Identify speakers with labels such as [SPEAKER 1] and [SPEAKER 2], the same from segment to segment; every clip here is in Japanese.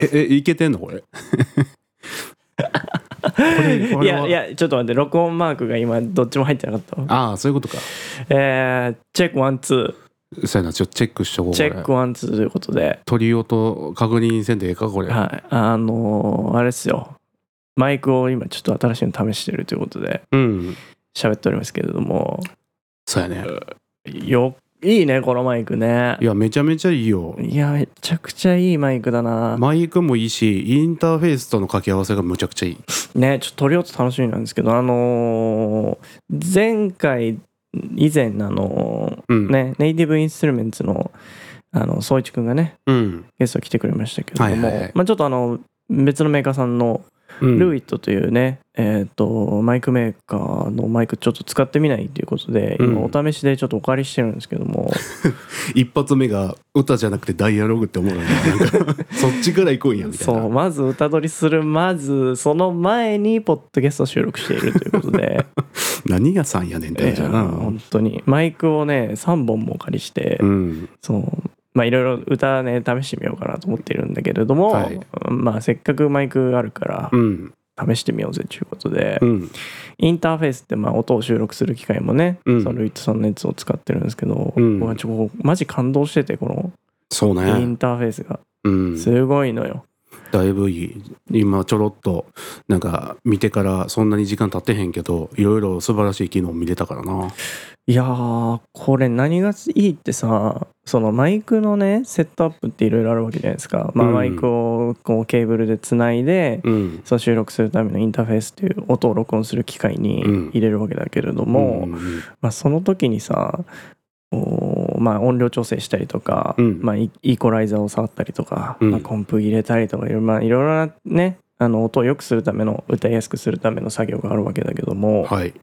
[SPEAKER 1] え、え、いけてんの これ。
[SPEAKER 2] れ
[SPEAKER 3] いやい
[SPEAKER 2] や
[SPEAKER 3] やちょっと待って録音マークが今どっちも入ってなかったわ
[SPEAKER 1] ああ、そういうことか。
[SPEAKER 3] えー、チェックワンツ
[SPEAKER 1] そうやな、ちょっとチェックしとこう。
[SPEAKER 3] ー
[SPEAKER 1] こ
[SPEAKER 3] チ
[SPEAKER 1] れ
[SPEAKER 3] ェックワンツーということで
[SPEAKER 1] 鳥音確認せんでええか、これ。
[SPEAKER 3] はいあのーあれですよマイクを今ちょっと新しいの試してるということで
[SPEAKER 1] うん。
[SPEAKER 3] 喋っておりますけれども
[SPEAKER 1] そうやね。
[SPEAKER 3] よいいねこのマイクね
[SPEAKER 1] いや、めちゃめちゃいいよ。
[SPEAKER 3] いやめちゃくちゃいいマイクだな、
[SPEAKER 1] マイクもいいし、インターフェースとの掛け合わせがむちゃくちゃいい。
[SPEAKER 3] ねちょっと撮り音楽しみなんですけどあのー前回以前あの
[SPEAKER 1] う
[SPEAKER 3] ー
[SPEAKER 1] ん。。
[SPEAKER 3] ねネイティブインストゥルメンツのあの総一くんがね
[SPEAKER 1] うん。
[SPEAKER 3] ゲスト来てくれましたけども、
[SPEAKER 1] はいはいはい
[SPEAKER 3] まあ、ちょっとあの別のメーカーさんの
[SPEAKER 1] うん、
[SPEAKER 3] ルーイットというね、えっとマイクメーカーのマイクちょっと使ってみないということで、
[SPEAKER 1] うん
[SPEAKER 3] 今お試しでちょっとお借りしてるんですけども
[SPEAKER 1] 一発目が歌じゃなくてダイアログって思うよねなん かそっちから行こうやみたいな
[SPEAKER 3] そうまず歌取りするまずその前にポッドキャスト収録しているというこ とで、
[SPEAKER 1] 何屋さんやねんって
[SPEAKER 3] え
[SPEAKER 1] 感じ
[SPEAKER 3] ー
[SPEAKER 1] やな、
[SPEAKER 3] 本当にマイクをね3本もお借りして、
[SPEAKER 1] うん
[SPEAKER 3] そうまあいろいろ歌ね試してみようかなと思っているんだけれども、
[SPEAKER 1] はい
[SPEAKER 3] まあせっかくマイクあるから
[SPEAKER 1] うん
[SPEAKER 3] 試してみようぜということで、
[SPEAKER 1] うん
[SPEAKER 3] インターフェースってまあ音を収録する機械もね、
[SPEAKER 1] うん
[SPEAKER 3] そのルイットさんのやつを使ってるんですけど、
[SPEAKER 1] うん
[SPEAKER 3] 僕はちょマジ感動しててこ
[SPEAKER 1] そう
[SPEAKER 3] のイ
[SPEAKER 1] ね
[SPEAKER 3] ンターフェースが
[SPEAKER 1] うん
[SPEAKER 3] すごいのよ、
[SPEAKER 1] だいぶいい今ちょろっとなんか見てからそんなに時間経ってへんけどいろいろ素晴らしい機能見れたからない
[SPEAKER 3] やーこれ何がいいってさそのマイクのねセットアップっていろいろあるわけじゃないですか、まあ、
[SPEAKER 1] うん
[SPEAKER 3] マイクをこうケーブルでつないで、
[SPEAKER 1] うん
[SPEAKER 3] その収録するためのインターフェースっていう音を録音する機械に
[SPEAKER 1] うん
[SPEAKER 3] 入れるわけだけれども、
[SPEAKER 1] うん
[SPEAKER 3] まあ、その時にさおーまあ、音量調整したりとか、
[SPEAKER 1] うん
[SPEAKER 3] まあ、イイコライザーを触ったりとか、
[SPEAKER 1] うん
[SPEAKER 3] まあ、コンプ入れたりとかいろ,、まあ、いろいろなねあの音を良くするための歌いやすくするための作業があるわけだけども、
[SPEAKER 1] はい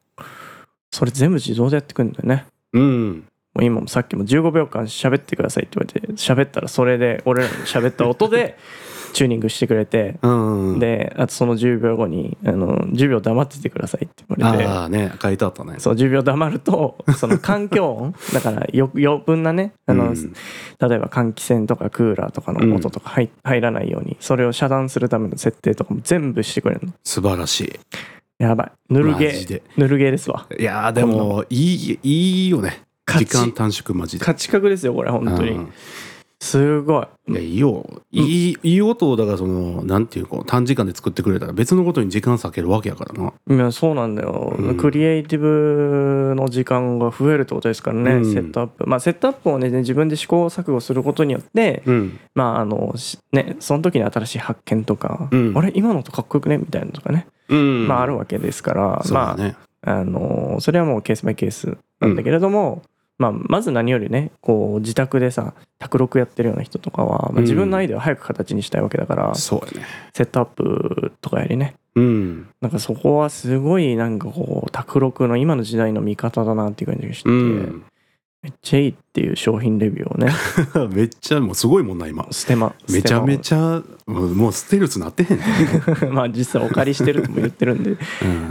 [SPEAKER 3] それ全部自動でやってくるんだよね
[SPEAKER 1] うん
[SPEAKER 3] もう今もさっきも15秒間喋ってくださいって言われて喋ったらそれで俺らの喋った 音でチューニングしてくれて、
[SPEAKER 1] うん
[SPEAKER 3] であとその10秒後にあの10秒黙っててくださいって言われて
[SPEAKER 1] ああね書いてあったね
[SPEAKER 3] そう10秒黙 るとその環境音だからよ余分なねあ
[SPEAKER 1] う
[SPEAKER 3] の、
[SPEAKER 1] ん
[SPEAKER 3] 例えば換気扇とかクーラーとかの音とか入,、入らないようにそれを遮断するための設定とかも全部してくれるの
[SPEAKER 1] 素晴らしい
[SPEAKER 3] やばいぬるゲ
[SPEAKER 1] マジ
[SPEAKER 3] ー
[SPEAKER 1] で
[SPEAKER 3] ぬるゲーですわ
[SPEAKER 1] いやーでもいいいいよね
[SPEAKER 3] 勝
[SPEAKER 1] 時
[SPEAKER 3] ち
[SPEAKER 1] 間短縮マジで
[SPEAKER 3] 価値格ですよこれ本当に、
[SPEAKER 1] うん
[SPEAKER 3] すごい
[SPEAKER 1] いやいいよいい,、いい音をだからそのなんていうか短時間で作ってくれたら別のことに時間割けるわけやからない
[SPEAKER 3] やそうなんだよ、
[SPEAKER 1] うん
[SPEAKER 3] クリエイティブの時間が増えるってことですからね、
[SPEAKER 1] うん
[SPEAKER 3] セットアップまあセットアップをね自分で試行錯誤することによって
[SPEAKER 1] うん
[SPEAKER 3] まああのしねその時に新しい発見とか、
[SPEAKER 1] うん
[SPEAKER 3] あれ今の音かっこよくねみたいなのとかね
[SPEAKER 1] うん
[SPEAKER 3] まああるわけですから、
[SPEAKER 1] そうだ
[SPEAKER 3] ま
[SPEAKER 1] ね、
[SPEAKER 3] あ、あのそれはもうケースバイケースなんだけれども、まあ、まず何よりねこう自宅でさ卓録やってるような人とかは、まあ、自分のアイデアを早く形にしたいわけだから、セ
[SPEAKER 1] そうやね
[SPEAKER 3] ットアップとかよりね
[SPEAKER 1] うん
[SPEAKER 3] なんかそこはすごいなんかこう卓録の今の時代の味方だなっていう感じがして、
[SPEAKER 1] う
[SPEAKER 3] め
[SPEAKER 1] ん
[SPEAKER 3] っちゃいいっていう商品レビューをね
[SPEAKER 1] めっちゃもうすごいもんな今
[SPEAKER 3] ステマ
[SPEAKER 1] めちゃめちゃもうもうステルスなってへんね、
[SPEAKER 3] ゃ まあ実際お借りしてるとも言ってるんで
[SPEAKER 1] うん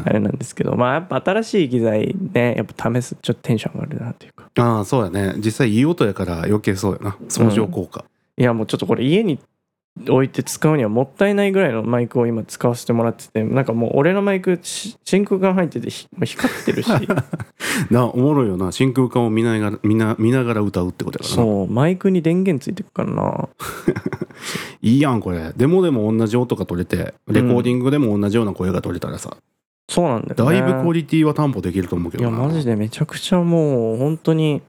[SPEAKER 3] あれなんですけどまあやっぱ新しい機材ねやっぱ試すちょっとテンション上がるなっていうか
[SPEAKER 1] ああそうやね実際いい音やから余計そうやな相乗効果、
[SPEAKER 3] いやもうちょっとこれ家に置いて使うにはもったいないぐらいのマイクを今使わせてもらっててなんかもう俺のマイクし真空管入っててひもう光っ てるし
[SPEAKER 1] なおもろいよな真空管を見ながら見な見ながら歌うってことやからな
[SPEAKER 3] そうマイクに電源ついてくからない
[SPEAKER 1] いやんこれデモでも同じ音が取れてレコーディングでも同じような声が取れたらさ、
[SPEAKER 3] そうなんだよ
[SPEAKER 1] だ
[SPEAKER 3] ね
[SPEAKER 1] いぶクオリティは担保できると思うけ
[SPEAKER 3] いや
[SPEAKER 1] どな
[SPEAKER 3] マジでめちゃくちゃもう本当に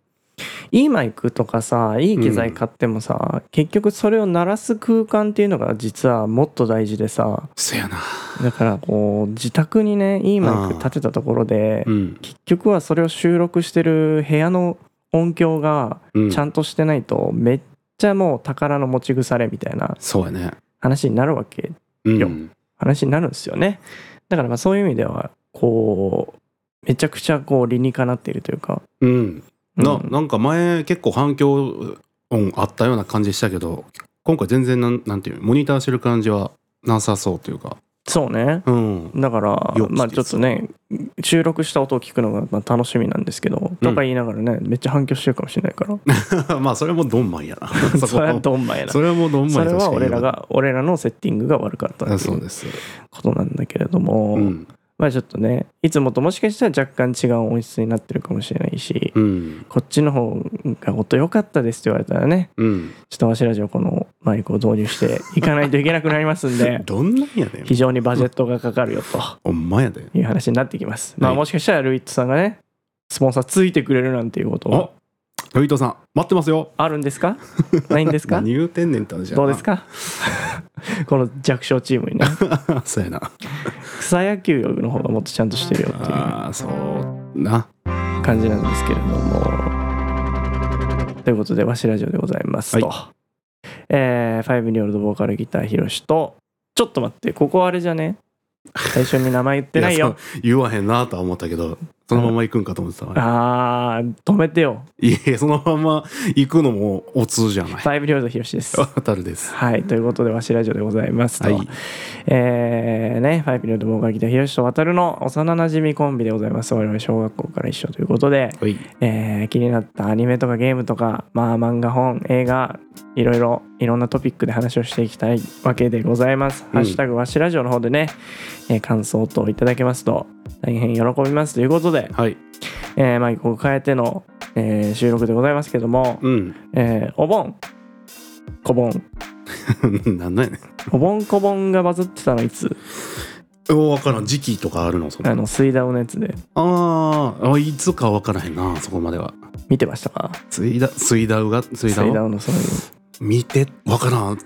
[SPEAKER 3] いいマイクとかさいい機材買ってもさ、結局それを鳴らす空間っていうのが実はもっと大事でさ
[SPEAKER 1] せやな
[SPEAKER 3] だからこう自宅にねいいマイク立てたところで
[SPEAKER 1] うん
[SPEAKER 3] 結局はそれを収録してる部屋の音響が
[SPEAKER 1] う
[SPEAKER 3] ちゃんとしてないとめっちゃもう宝の持ち腐れみたいな
[SPEAKER 1] そうやね
[SPEAKER 3] 話になるわけ
[SPEAKER 1] うん
[SPEAKER 3] よ話になるんですよねだからまあそういう意味ではこうめちゃくちゃこう理にかなっているというか、
[SPEAKER 1] うん
[SPEAKER 3] うん
[SPEAKER 1] ななんか前結構反響音あったような感じしたけど今回全然なんなんていうモニターしてる感じはなさそうというか
[SPEAKER 3] そうね
[SPEAKER 1] うん
[SPEAKER 3] だから
[SPEAKER 1] よく
[SPEAKER 3] まあ
[SPEAKER 1] 聞いて
[SPEAKER 3] ちょっとね収録した音を聞くのがまあ楽しみなんですけど、とか言いながらねめっちゃ反響してるかもしれないから
[SPEAKER 1] まあそれもドンマンやな そ
[SPEAKER 3] そ
[SPEAKER 1] こ
[SPEAKER 3] れは
[SPEAKER 1] は
[SPEAKER 3] ドンマイやな
[SPEAKER 1] それはもうドン
[SPEAKER 3] そ
[SPEAKER 1] マン
[SPEAKER 3] れ
[SPEAKER 1] や
[SPEAKER 3] は俺ら
[SPEAKER 1] 確
[SPEAKER 3] が俺らのセッティングが悪かった
[SPEAKER 1] かにあ
[SPEAKER 3] ってい
[SPEAKER 1] そう
[SPEAKER 3] う
[SPEAKER 1] です
[SPEAKER 3] ことなんだけれども、
[SPEAKER 1] うん
[SPEAKER 3] まあちょっとねいつもともしかしたら若干違う音質になってるかもしれないし、
[SPEAKER 1] うん
[SPEAKER 3] こっちの方が音良かったですって言われたらね
[SPEAKER 1] うん
[SPEAKER 3] ちょっとわしラジオこのマイクを導入していかないといけなくなりますん で
[SPEAKER 1] どんなんやねん
[SPEAKER 3] 非常にバジェットがかかるよと
[SPEAKER 1] ほんまやで
[SPEAKER 3] いう話になってきます、まあ
[SPEAKER 1] はい
[SPEAKER 3] もしかしたらルイットさんがねスポンサーついてくれるなんていうことは
[SPEAKER 1] おトイートさん待ってますよ
[SPEAKER 3] あるんですかないんですか
[SPEAKER 1] 何言うてんねんって話やな
[SPEAKER 3] どうですか この弱小チームにね
[SPEAKER 1] そうや な
[SPEAKER 3] 草野球の方がもっとちゃんとしてるよっていう
[SPEAKER 1] ああそうな
[SPEAKER 3] 感じなんですけれどもということでわしラジオでございますと、えー、ファイブにオルドボーカルギターひろしとちょっと待ってここあれじゃね最初に名前言ってない
[SPEAKER 1] や
[SPEAKER 3] よ
[SPEAKER 1] そう言わへんなとは思ったけどそのまま行くんかと思ってたわ
[SPEAKER 3] あー止めてよ
[SPEAKER 1] いやそのまま行くのもお通じゃない
[SPEAKER 3] ファイブにオルドひろしで す
[SPEAKER 1] わたるです
[SPEAKER 3] はいということでわしラジオでございます
[SPEAKER 1] は
[SPEAKER 3] と、
[SPEAKER 1] い
[SPEAKER 3] えーね、ファイブリオドボーカルギターひろしと渡るの幼なじみコンビでございます。我々小学校から一緒ということで、
[SPEAKER 1] はい
[SPEAKER 3] えー気になったアニメとかゲームとか、まあ漫画、本、映画、いろいろ、いろんなトピックで話をしていきたいわけでございます。ハッシュタグわしラジオの方でね、えー感想等いただけますと大変喜びますということで、
[SPEAKER 1] はい
[SPEAKER 3] えーマイクを変えての、えー収録でございますけども、
[SPEAKER 1] うん
[SPEAKER 3] えーお盆、こぼん、
[SPEAKER 1] なんなんやね
[SPEAKER 3] お盆こぼんがバズってたのいつ
[SPEAKER 1] んお分からん時期とかあるのその
[SPEAKER 3] あの、水ダウのやつで
[SPEAKER 1] あーあいつか分からへんなそこまでは
[SPEAKER 3] 見てましたか
[SPEAKER 1] 水ダ水ダウが水ダ
[SPEAKER 3] 水ダ
[SPEAKER 1] ウ
[SPEAKER 3] ウのそういう
[SPEAKER 1] 見て分からん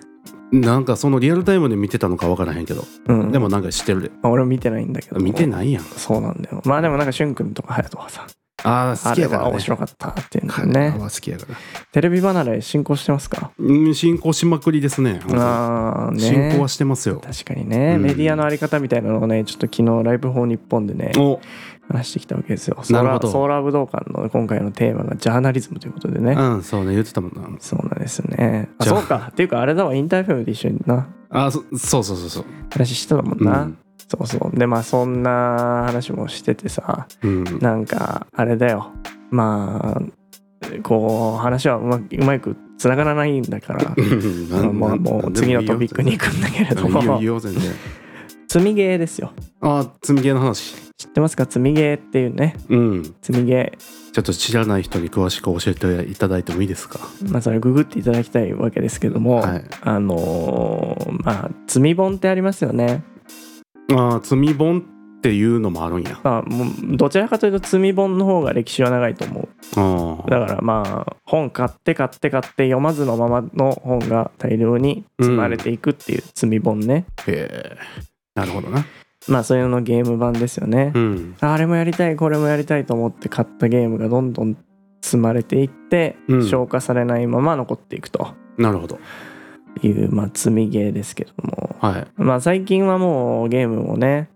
[SPEAKER 1] なんかそのリアルタイムで見てたのか分からへんけど、
[SPEAKER 3] うん、
[SPEAKER 1] で
[SPEAKER 3] でも、
[SPEAKER 1] もなんか知ってるで
[SPEAKER 3] 俺も見てないんだけど
[SPEAKER 1] 見て
[SPEAKER 3] い
[SPEAKER 1] ないやん
[SPEAKER 3] そうなんだよまあでもなんかしゅんくんとか隼人はさ
[SPEAKER 1] ああ好
[SPEAKER 3] あ
[SPEAKER 1] き
[SPEAKER 3] れ
[SPEAKER 1] やから、
[SPEAKER 3] は
[SPEAKER 1] ね、
[SPEAKER 3] 面白かったっていうので
[SPEAKER 1] 彼ら
[SPEAKER 3] ね
[SPEAKER 1] は好きやから
[SPEAKER 3] テレビ離れ進行してますか
[SPEAKER 1] うん進行しまくりですね
[SPEAKER 3] ああね
[SPEAKER 1] 進行はしてますよ
[SPEAKER 3] 確かにね、
[SPEAKER 1] うん
[SPEAKER 3] メディアのあり方みたいなのをねちょっと昨日ライブ法日本でね
[SPEAKER 1] お
[SPEAKER 3] 話してきたわけですよソー
[SPEAKER 1] なる
[SPEAKER 3] ラ
[SPEAKER 1] ほ
[SPEAKER 3] ー
[SPEAKER 1] ど
[SPEAKER 3] ソーラー武道館の今回のテーマがジャーナリズムということでね、
[SPEAKER 1] うんそうね言ってたもんな
[SPEAKER 3] そうなんですねあ
[SPEAKER 1] じゃあ
[SPEAKER 3] そうかっていうかあれだわインターフェムで一緒にな
[SPEAKER 1] あそそうそうそうそう
[SPEAKER 3] 話してたもん
[SPEAKER 1] う
[SPEAKER 3] な、
[SPEAKER 1] ん、
[SPEAKER 3] そうそうでまあそんな話もしててさ
[SPEAKER 1] うん、
[SPEAKER 3] なんかあれだよまあこう話はうまうまくつながらないんだから
[SPEAKER 1] うん
[SPEAKER 3] まあ
[SPEAKER 1] なん
[SPEAKER 3] も
[SPEAKER 1] なん
[SPEAKER 3] うも
[SPEAKER 1] な
[SPEAKER 3] う
[SPEAKER 1] でもい
[SPEAKER 3] ん
[SPEAKER 1] い
[SPEAKER 3] 次
[SPEAKER 1] よ
[SPEAKER 3] のトピックに行くんだけれど
[SPEAKER 1] うんいいよ
[SPEAKER 3] も
[SPEAKER 1] いいよ全然
[SPEAKER 3] 積みゲーですよ
[SPEAKER 1] ああ積みゲーの話
[SPEAKER 3] 知ってますか積みゲーっていうね
[SPEAKER 1] うん
[SPEAKER 3] 積みゲ
[SPEAKER 1] ちょっと知らない人に詳しく教えていただいてもいいですか
[SPEAKER 3] ーまあそれググっていただきたいわけですけども、
[SPEAKER 1] はい
[SPEAKER 3] あのーまあ積み本ってありますよね
[SPEAKER 1] ああ積み本っていうのもあるんや
[SPEAKER 3] まあもうどちらかというと積み本の方が歴史は長いと思う
[SPEAKER 1] ああ
[SPEAKER 3] だからまあ本買って買って買って読まずのままの本が大量に積まれていくっていう積み本ね、
[SPEAKER 1] へえなるほどな
[SPEAKER 3] まあそういうののゲーム版ですよね
[SPEAKER 1] う、ん
[SPEAKER 3] あれもやりたいこれもやりたいと思って買ったゲームがどんどん積まれていって、
[SPEAKER 1] うん
[SPEAKER 3] 消化されないまま残っていくと
[SPEAKER 1] なるほど
[SPEAKER 3] いうまあ積みゲーですけども
[SPEAKER 1] はい
[SPEAKER 3] まあ最近はもうゲームもね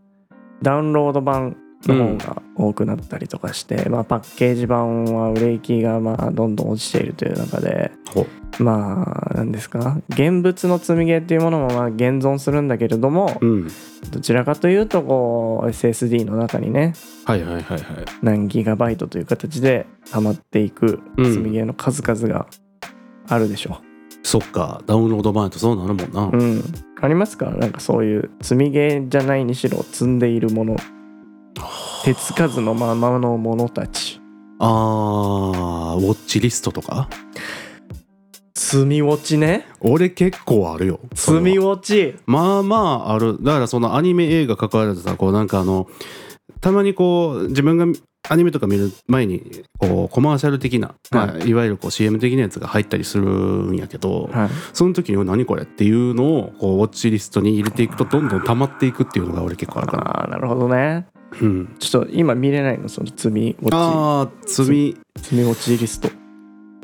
[SPEAKER 3] ダウンロード版の方が多くなったりとかして、まあパッケージ版は売れ行きがまあどんどん落ちているという中で
[SPEAKER 1] ほ
[SPEAKER 3] まあ何ですか現物の積みゲーっていうものもまあ現存するんだけれども
[SPEAKER 1] ううん
[SPEAKER 3] どちらかというとこう SSD の中にね
[SPEAKER 1] はいはいはいはい
[SPEAKER 3] 何ギガバイトという形で溜まっていく
[SPEAKER 1] うん
[SPEAKER 3] 積みゲーの数々があるでしょ
[SPEAKER 1] そっかダウンロード版やとそうなるもんな、
[SPEAKER 3] う。うん、ありますかなんかそういう積みゲーじゃないにしろ積んでいるもの手つかずのままのものたち
[SPEAKER 1] あーウォッチリストとか
[SPEAKER 3] 積み落ちね
[SPEAKER 1] 俺結構あるよそれ
[SPEAKER 3] 積
[SPEAKER 1] は
[SPEAKER 3] み落ち
[SPEAKER 1] まあまああるだからそのアニメ映画関わらずさこうなんかあのたまにこう自分がアニメとか見る前にこうコマーシャル的な、まあ、いわゆるこう CM 的なやつが入ったりするんやけど、
[SPEAKER 3] はい
[SPEAKER 1] その時に「お何これ?」っていうのをこうウォッチリストに入れていくとどんどん溜まっていくっていうのが俺結構あるかな。
[SPEAKER 3] ああなるほどね
[SPEAKER 1] うん、
[SPEAKER 3] ちょっと今見れないのその積み落
[SPEAKER 1] ああ積み
[SPEAKER 3] ち積み落ちリスト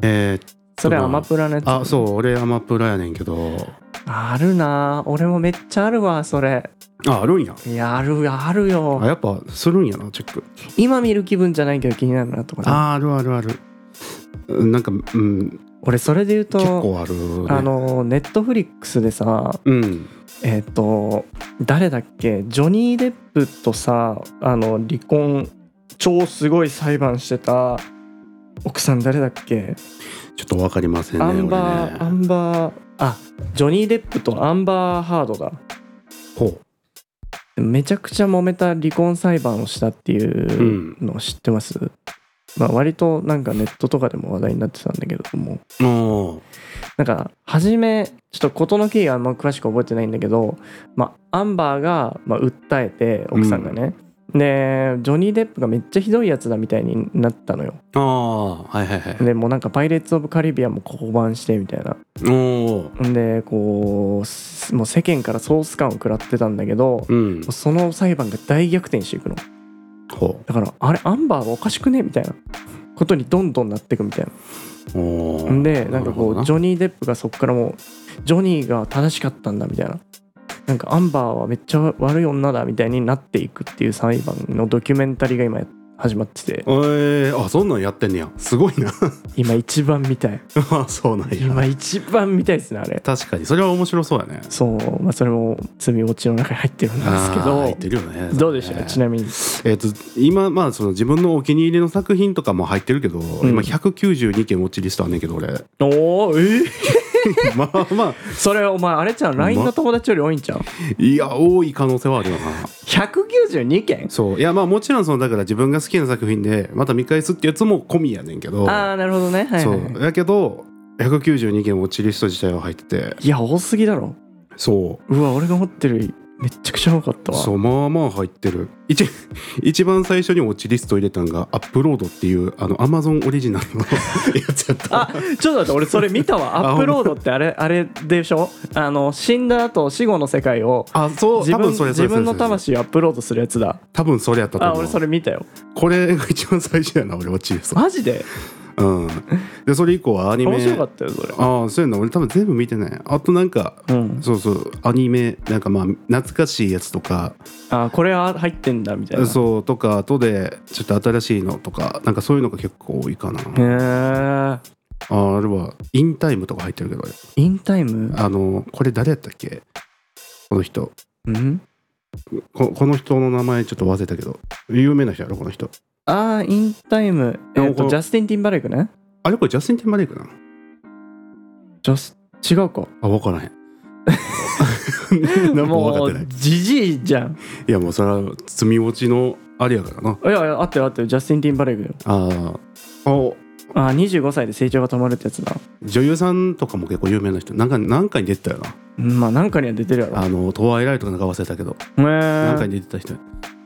[SPEAKER 1] えー
[SPEAKER 3] それアマプラのやつ
[SPEAKER 1] あそう俺アマプラやねんけど
[SPEAKER 3] あるなぁ俺もめっちゃあるわそれ
[SPEAKER 1] ああるんや
[SPEAKER 3] いやあるある
[SPEAKER 1] あ
[SPEAKER 3] よ
[SPEAKER 1] やっぱするんやなチェック
[SPEAKER 3] 今見る気分じゃないけど気になるなとかね、
[SPEAKER 1] あーあるあるあるうんなんか、うん、
[SPEAKER 3] 俺それで言うと
[SPEAKER 1] 結構ある、ね、
[SPEAKER 3] あのネットフリックスでさ
[SPEAKER 1] うん
[SPEAKER 3] えっ、と誰だっけジョニー・デップとさあの離婚超すごい裁判してた奥さん誰だっけ
[SPEAKER 1] ちょっと分かりませんね
[SPEAKER 3] ア
[SPEAKER 1] 俺
[SPEAKER 3] ンバー、ア
[SPEAKER 1] ね
[SPEAKER 3] ンバーあジョニー・デップとアンバー・ハードだ
[SPEAKER 1] ほ
[SPEAKER 3] めちゃくちゃ揉めた離婚裁判をしたって
[SPEAKER 1] うう
[SPEAKER 3] いうんのを知ってます、まあ、割となんかネットとかでも話題になってたんだけれども
[SPEAKER 1] も
[SPEAKER 3] なんか初めちょっと事の経緯はあんま詳しく覚えてないんだけど、まあ、アンバーが、まあ、訴えて奥さんがね、でジョニー・デップがめっちゃひどいやつだみたいになったのよ
[SPEAKER 1] うああはいはいはい
[SPEAKER 3] でもうなんか「パイレーツ・オブ・カリビアン」も降板してみたいな
[SPEAKER 1] おお
[SPEAKER 3] んでこうすもう世間からソース感を食らってたんだけど
[SPEAKER 1] うん
[SPEAKER 3] その裁判が大逆転していくの
[SPEAKER 1] ほ
[SPEAKER 3] だからあれアンバーはおかしくねみたいなことにどんどんなっていくみたいな
[SPEAKER 1] うおー
[SPEAKER 3] んでなん
[SPEAKER 1] なる
[SPEAKER 3] かこ
[SPEAKER 1] ほどな
[SPEAKER 3] うジョニー・デップがそこからもうジョニーが正しかったんだみたいななんかアンバーはめっちゃ悪い女だみたいになっていくっていう裁判のドキュメンタリーが今始まってて
[SPEAKER 1] えー、あそんなんやってんねやすごいな
[SPEAKER 3] 今一番見たい
[SPEAKER 1] あそうなんや
[SPEAKER 3] 今一番見たいですねあれ
[SPEAKER 1] 確かにそれは面白そうやね
[SPEAKER 3] そうまあそれも罪落ちの中に入ってるんですけ
[SPEAKER 1] あー入
[SPEAKER 3] ど
[SPEAKER 1] ってるよね
[SPEAKER 3] どうでしょうちなみに
[SPEAKER 1] えっと今まあその自分のお気に入りの作品とかも入ってるけど、
[SPEAKER 3] ん
[SPEAKER 1] 今192件ウォッチリストあんねんけど俺
[SPEAKER 3] おおえー
[SPEAKER 1] まあまあ
[SPEAKER 3] それお前あれちゃん LINE の友達より多いんちゃう
[SPEAKER 1] いや多い可能性はあるよな
[SPEAKER 3] 192件
[SPEAKER 1] そういやまあもちろんそのだから自分が好きな作品でまた見返すってやつも込みやねんけど
[SPEAKER 3] ああなるほどねはい、はいはい
[SPEAKER 1] そうやけど192件ウォッチリスト自体は入ってて
[SPEAKER 3] いや多すぎだろ
[SPEAKER 1] そう
[SPEAKER 3] わ俺が持ってるめっちゃくちゃ多かった
[SPEAKER 1] う
[SPEAKER 3] わ
[SPEAKER 1] そうまあまあ入ってる一 一番最初にウォッチリスト入れたんがアップロードっていうあのアマゾンオリジナルの やつやった
[SPEAKER 3] あちょっと待って俺それ見たわ
[SPEAKER 1] あ
[SPEAKER 3] アップロードって あれあれでしょあの死んだ後死後の世界を
[SPEAKER 1] あそう
[SPEAKER 3] 自
[SPEAKER 1] 多
[SPEAKER 3] 分
[SPEAKER 1] 分それそ
[SPEAKER 3] 自
[SPEAKER 1] れそれ
[SPEAKER 3] 分の魂をアップロードするやつだ
[SPEAKER 1] 多分それやったと
[SPEAKER 3] あ
[SPEAKER 1] 思う
[SPEAKER 3] 俺それ見たよ
[SPEAKER 1] これが一番最初やな俺ウォッチリスト
[SPEAKER 3] マジで
[SPEAKER 1] うんでそれ以降はアニメ
[SPEAKER 3] 面白かったよそれ
[SPEAKER 1] ああそうやな俺多分全部見てないあとなんか
[SPEAKER 3] うん、
[SPEAKER 1] そうそうアニメなんかまあ懐かしいやつとか
[SPEAKER 3] あこれは入ってんだみたいなう
[SPEAKER 1] そうとか後でちょっと新しいのとかなんかそういうのが結構多いかな、
[SPEAKER 3] へー
[SPEAKER 1] ああれはインタイムとか入ってるけどあれ
[SPEAKER 3] インタイム
[SPEAKER 1] あのこれ誰やったっけこの人
[SPEAKER 3] うん
[SPEAKER 1] ここの人の名前ちょっと忘れたけど有名な人やろこの人
[SPEAKER 3] あーインタイム、えー、
[SPEAKER 1] こ
[SPEAKER 3] と
[SPEAKER 1] の
[SPEAKER 3] ジャスティン・ティンバレイクね
[SPEAKER 1] あれこれジャスティン・ティンバレイクな
[SPEAKER 3] ジャス違うか
[SPEAKER 1] あ分からへん何も分か
[SPEAKER 3] も
[SPEAKER 1] ってないう
[SPEAKER 3] じじいじゃん
[SPEAKER 1] いやもうそれは罪落ちのあれやからない
[SPEAKER 3] やいやあってるあってるジャスティン・ティンバレイクよ
[SPEAKER 1] あーあ
[SPEAKER 3] あ25歳で成長が止まるってやつだ
[SPEAKER 1] 女優さんとかも結構有名な人なんかなんかに出てたよな
[SPEAKER 3] うんまあなんかには出てるやろ
[SPEAKER 1] あの「トワイライト」かなんか忘れたけど
[SPEAKER 3] へ
[SPEAKER 1] なんか
[SPEAKER 3] ー
[SPEAKER 1] に出てた人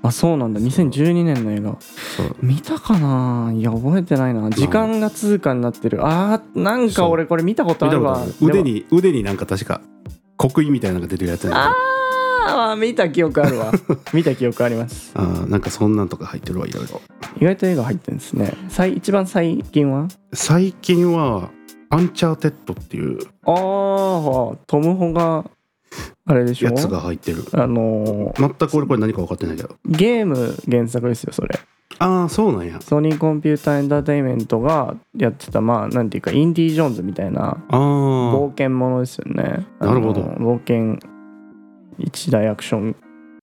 [SPEAKER 3] あそうなんだ2012年の映画
[SPEAKER 1] そう
[SPEAKER 3] 見たかないや覚えてないな時間が通過になってるあーなんか俺これ見たこと
[SPEAKER 1] 見
[SPEAKER 3] あ
[SPEAKER 1] た
[SPEAKER 3] る
[SPEAKER 1] こと
[SPEAKER 3] わ
[SPEAKER 1] ある腕
[SPEAKER 3] でも
[SPEAKER 1] に腕になんか確か刻印みたいなのが出てるやつやねん
[SPEAKER 3] あー見た記憶あ るわ見た記憶あります
[SPEAKER 1] あーなんかそんなんとか入ってるわいろいろ
[SPEAKER 3] 意外と映画入ってるんですね最一番最近は
[SPEAKER 1] 最近は「アンチャーテッド」っていう
[SPEAKER 3] あートム・ホがあれでしょ
[SPEAKER 1] やつが入ってる
[SPEAKER 3] あのー
[SPEAKER 1] 全く俺これ何か分かってないけど
[SPEAKER 3] ゲーム原作ですよそれ
[SPEAKER 1] ああそうなんや
[SPEAKER 3] ソニーコンピューターエンターテインメントがやってたまあなんていうかインディ・ージョーンズみたいな
[SPEAKER 1] ああ
[SPEAKER 3] 冒険ものですよね
[SPEAKER 1] なるほど
[SPEAKER 3] あの冒険一大アクション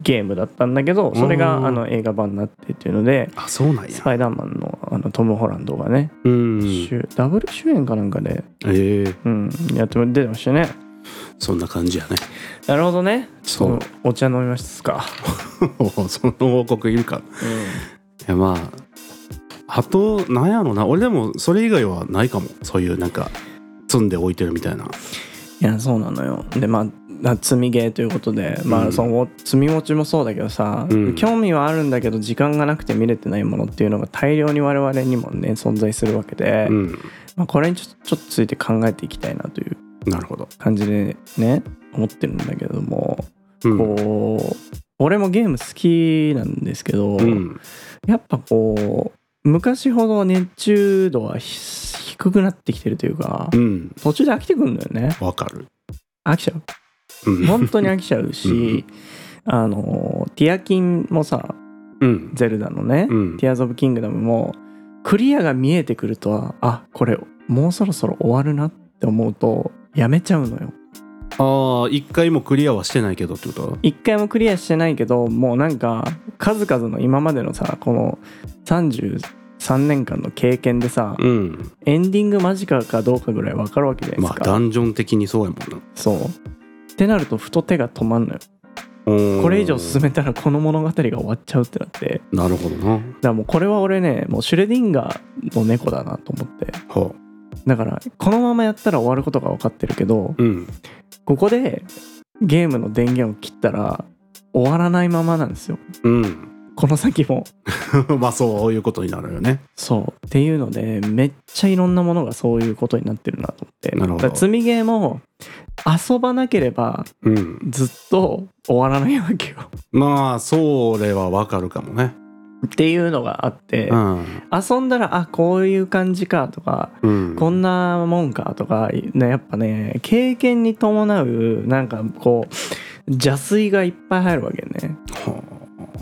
[SPEAKER 3] ゲームだったんだけどそれ
[SPEAKER 1] う
[SPEAKER 3] が
[SPEAKER 1] ん
[SPEAKER 3] あの映画版になってっていうので
[SPEAKER 1] あそうなん
[SPEAKER 3] ス
[SPEAKER 1] や
[SPEAKER 3] パイダーマンのあのトム・ホランドがね、
[SPEAKER 1] うん
[SPEAKER 3] 主ダブル主演かなんかで、
[SPEAKER 1] ええ
[SPEAKER 3] うん、やっても出てましたね
[SPEAKER 1] そんな感じやね
[SPEAKER 3] なるほどね
[SPEAKER 1] そう
[SPEAKER 3] お茶飲みますか、
[SPEAKER 1] その報告いるかいやまああとなんやろな俺でもそれ以外はないかもそういうなんか積んで置いてるみたいない
[SPEAKER 3] やそうなのよでまあな積みゲーということで、ま
[SPEAKER 1] う
[SPEAKER 3] あ
[SPEAKER 1] ん
[SPEAKER 3] その積み持ちもそうだけどさ、
[SPEAKER 1] うん
[SPEAKER 3] 興味はあるんだけど時間がなくて見れてないものっていうのが大量に我々にもね存在するわけで、
[SPEAKER 1] うん
[SPEAKER 3] まあ、これにちょちょっとついて考えていきたいなという
[SPEAKER 1] なるほど、
[SPEAKER 3] 感じでね思ってるんだけども、
[SPEAKER 1] うん、
[SPEAKER 3] こう俺もゲーム好きなんですけど、
[SPEAKER 1] うん
[SPEAKER 3] やっぱこう昔ほど熱中度はひ低くなってきてるというか、
[SPEAKER 1] うん
[SPEAKER 3] 途中で飽きてくるんだよね
[SPEAKER 1] わかる、
[SPEAKER 3] 飽きちゃう
[SPEAKER 1] うん、
[SPEAKER 3] 本当に飽きちゃう
[SPEAKER 1] うん
[SPEAKER 3] し、あの、ティアキンもさ、
[SPEAKER 1] うん
[SPEAKER 3] ゼルダのね、
[SPEAKER 1] うん
[SPEAKER 3] ティアーズ・オブ・キングダムも、クリアが見えてくるとは、あ、これ、もうそろそろ終わるなって思うと、やめちゃうのよ。
[SPEAKER 1] ああ一回もクリアはしてないけどってこと
[SPEAKER 3] 一回もクリアしてないけどもうなんか数々の今までのさこの33年間の経験でさ、
[SPEAKER 1] うん
[SPEAKER 3] エンディング間近かどうかぐらい分かるわけじゃないで
[SPEAKER 1] ますあ
[SPEAKER 3] か、
[SPEAKER 1] ダンジョン的にそうやもんな
[SPEAKER 3] そうってなるとふと手が止まんのよこ
[SPEAKER 1] こ
[SPEAKER 3] れ以上進めたらこの物語が終わっちゃうってなってだ
[SPEAKER 1] な
[SPEAKER 3] か
[SPEAKER 1] るほどな
[SPEAKER 3] らもうこれは俺ねもうシュレディンガーの猫だなと思って
[SPEAKER 1] は
[SPEAKER 3] だからこのままやったら終わることが分かってるけど
[SPEAKER 1] あうん
[SPEAKER 3] ここでゲームの電源を切ったら終わらないままなんですよ
[SPEAKER 1] うん
[SPEAKER 3] この先も
[SPEAKER 1] まあそういうことになるよね
[SPEAKER 3] そうっていうのでめっちゃいろんなものがそういうことになってるなと思って
[SPEAKER 1] なるほど
[SPEAKER 3] だから積みゲーも遊ばなければ
[SPEAKER 1] うん
[SPEAKER 3] ずっと終わらないわけよ
[SPEAKER 1] まあそれはわかるかもね
[SPEAKER 3] っていうのがあって、
[SPEAKER 1] うん
[SPEAKER 3] 遊んだらあこういう感じかとか
[SPEAKER 1] うん
[SPEAKER 3] こんなもんかとか、ね、やっぱね経験に伴うなんかこう邪水がいっぱい入るわけね
[SPEAKER 1] は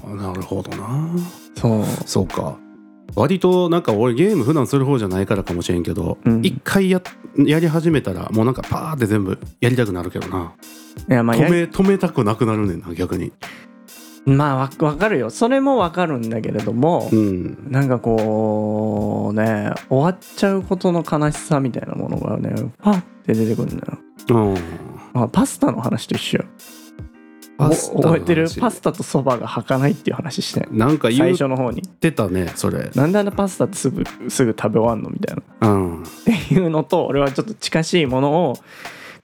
[SPEAKER 1] あなるほどな
[SPEAKER 3] そう
[SPEAKER 1] そうか割となんか俺ゲーム普段する方じゃないからかもしれんけど
[SPEAKER 3] うん
[SPEAKER 1] 一、回ややり始めたらもうなんかパーって全部やりたくなるけどな、
[SPEAKER 3] いやまあや
[SPEAKER 1] 止
[SPEAKER 3] り
[SPEAKER 1] め止めたくなくなるねんな逆に
[SPEAKER 3] まあわわかるよそれもわかるんだけれども
[SPEAKER 1] う、ん
[SPEAKER 3] なんかこうね終わっちゃうことの悲しさみたいなものがねパッて出てくるんだよ、
[SPEAKER 1] うん
[SPEAKER 3] まあ、パスタの話と一緒よ
[SPEAKER 1] パスタ
[SPEAKER 3] お
[SPEAKER 1] の話
[SPEAKER 3] 覚えてるパスタとそばがはかないっていう話してない
[SPEAKER 1] なんか
[SPEAKER 3] 最
[SPEAKER 1] 言っ
[SPEAKER 3] 初の方に
[SPEAKER 1] てたねそれ
[SPEAKER 3] なんであんなパスタってすぐすぐ食べ終わんのみたいな
[SPEAKER 1] うん
[SPEAKER 3] っていうのと俺はちょっと近しいものを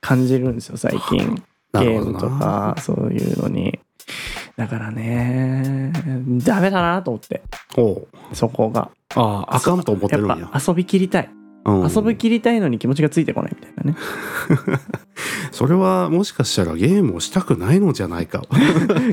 [SPEAKER 3] 感じるんですよ最近ゲ
[SPEAKER 1] なる
[SPEAKER 3] ー
[SPEAKER 1] ほど
[SPEAKER 3] ム
[SPEAKER 1] な
[SPEAKER 3] とかそういうのにだからねダメだなと思って
[SPEAKER 1] ほう
[SPEAKER 3] そこが
[SPEAKER 1] あああかんと思って
[SPEAKER 3] や
[SPEAKER 1] る
[SPEAKER 3] っ
[SPEAKER 1] んや
[SPEAKER 3] ぱ遊びきりたい
[SPEAKER 1] うん、
[SPEAKER 3] 遊びきりたいのに気持ちがついてこないみたいなね
[SPEAKER 1] それはもしかしたらゲームをしたくないのじゃない か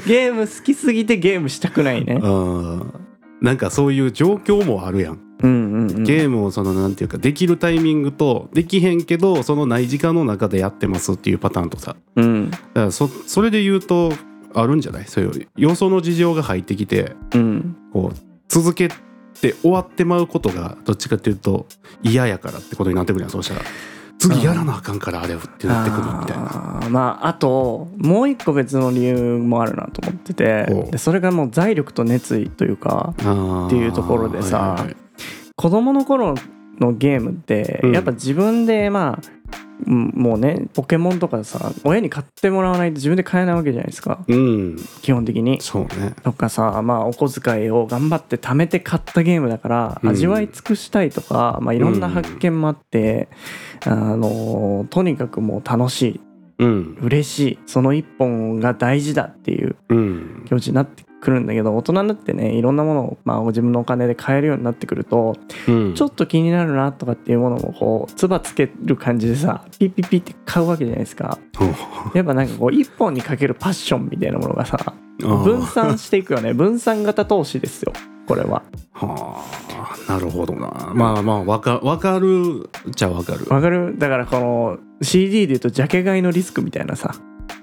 [SPEAKER 3] ゲーム好きすぎてゲームしたくないね
[SPEAKER 1] うんなんかそういう状況もあるやん
[SPEAKER 3] うんうんうん
[SPEAKER 1] ゲームをそのなんていうかできるタイミングとできへんけどそのない時間の中でやってますっていうパターンとさ
[SPEAKER 3] うん
[SPEAKER 1] だからそそれで言うとあるんじゃないそういうよその事情が入ってきて
[SPEAKER 3] うん
[SPEAKER 1] こう続けて終わってまうことがどっちかっていうと嫌やからってことになってくるやんそうしたら次やらなあかんからあれをってなってくるみたいな。
[SPEAKER 3] あーまああともう一個別の理由もあるなと思ってて
[SPEAKER 1] ほう
[SPEAKER 3] でそれがもう財力と熱意というか
[SPEAKER 1] っ
[SPEAKER 3] っていうところでさ子供の頃のゲームって、
[SPEAKER 1] うん
[SPEAKER 3] やっぱ自分でまあうんもうねポケモンとかさ親に買ってもらわないと自分で買えないわけじゃないですか
[SPEAKER 1] うん
[SPEAKER 3] 基本的に。
[SPEAKER 1] そうね
[SPEAKER 3] とかさまあお小遣いを頑張って貯めて買ったゲームだから
[SPEAKER 1] うん
[SPEAKER 3] 味わい尽くしたいとか、まあ、いろんな発見もあって、あのとにかくもう楽しい
[SPEAKER 1] うん
[SPEAKER 3] 嬉しいその一本が大事だっていう
[SPEAKER 1] うん
[SPEAKER 3] 気持ちになってくるんだけど大人になってねいろんなものを、まあ、自分のお金で買えるようになってくると
[SPEAKER 1] うん
[SPEAKER 3] ちょっと気になるなとかっていうものもこうつばつける感じでさピッピッピッって買うわけじゃないですか
[SPEAKER 1] と
[SPEAKER 3] やっぱなんかこう一本にかけるパッションみたいなものがさ分散していくよね分散型投資ですよこれは
[SPEAKER 1] はあなるほどなまあまあわかわかるっちゃわかる
[SPEAKER 3] わかるだからこの CD で言うとジャケ買いのリスクみたいなさ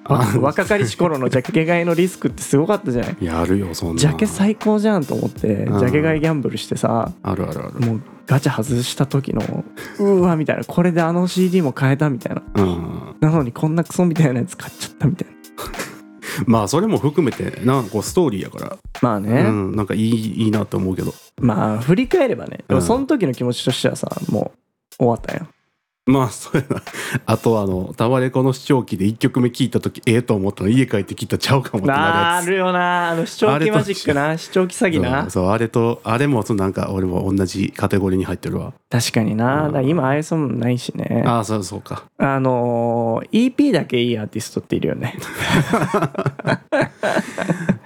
[SPEAKER 3] わ
[SPEAKER 1] あ
[SPEAKER 3] 若かりし頃のジャケ買いのリスクってすごかったじゃない
[SPEAKER 1] やるよそんな
[SPEAKER 3] ジャケ最高じゃんと思ってジ
[SPEAKER 1] ん
[SPEAKER 3] ャケ買いギャンブルしてさ
[SPEAKER 1] あるあるある
[SPEAKER 3] もうガチャ外した時のうわみたいなこれであの CD も買えたみたいな
[SPEAKER 1] うん
[SPEAKER 3] なのにこんなクソみたいなやつ買っちゃったみたいな。
[SPEAKER 1] まあそれも含めてなこうストーリーやか
[SPEAKER 3] まあね、
[SPEAKER 1] らうんなんかいいいいなと思うけど
[SPEAKER 3] まあ振り返ればね、でも
[SPEAKER 1] うん
[SPEAKER 3] その時の気持ちとしてはさ、もう終わったよ。
[SPEAKER 1] まあそうやなあとあのタワレコの視聴器で1曲目聞いた時ええと思ったの家帰って聞いたらちゃうかもって
[SPEAKER 3] な
[SPEAKER 1] なるや
[SPEAKER 3] るよな、あの視聴器マジックな、視聴器詐
[SPEAKER 1] つ
[SPEAKER 3] 欺
[SPEAKER 1] う。
[SPEAKER 3] なん
[SPEAKER 1] そうあれとあれもそうなんか俺も同じカテゴリーに入ってるわ
[SPEAKER 3] 確かに
[SPEAKER 1] う
[SPEAKER 3] な、
[SPEAKER 1] ん
[SPEAKER 3] だから今ああいうそもないしね。あ
[SPEAKER 1] ああそうそうか
[SPEAKER 3] のー EP だけいいアーティストってい るよね。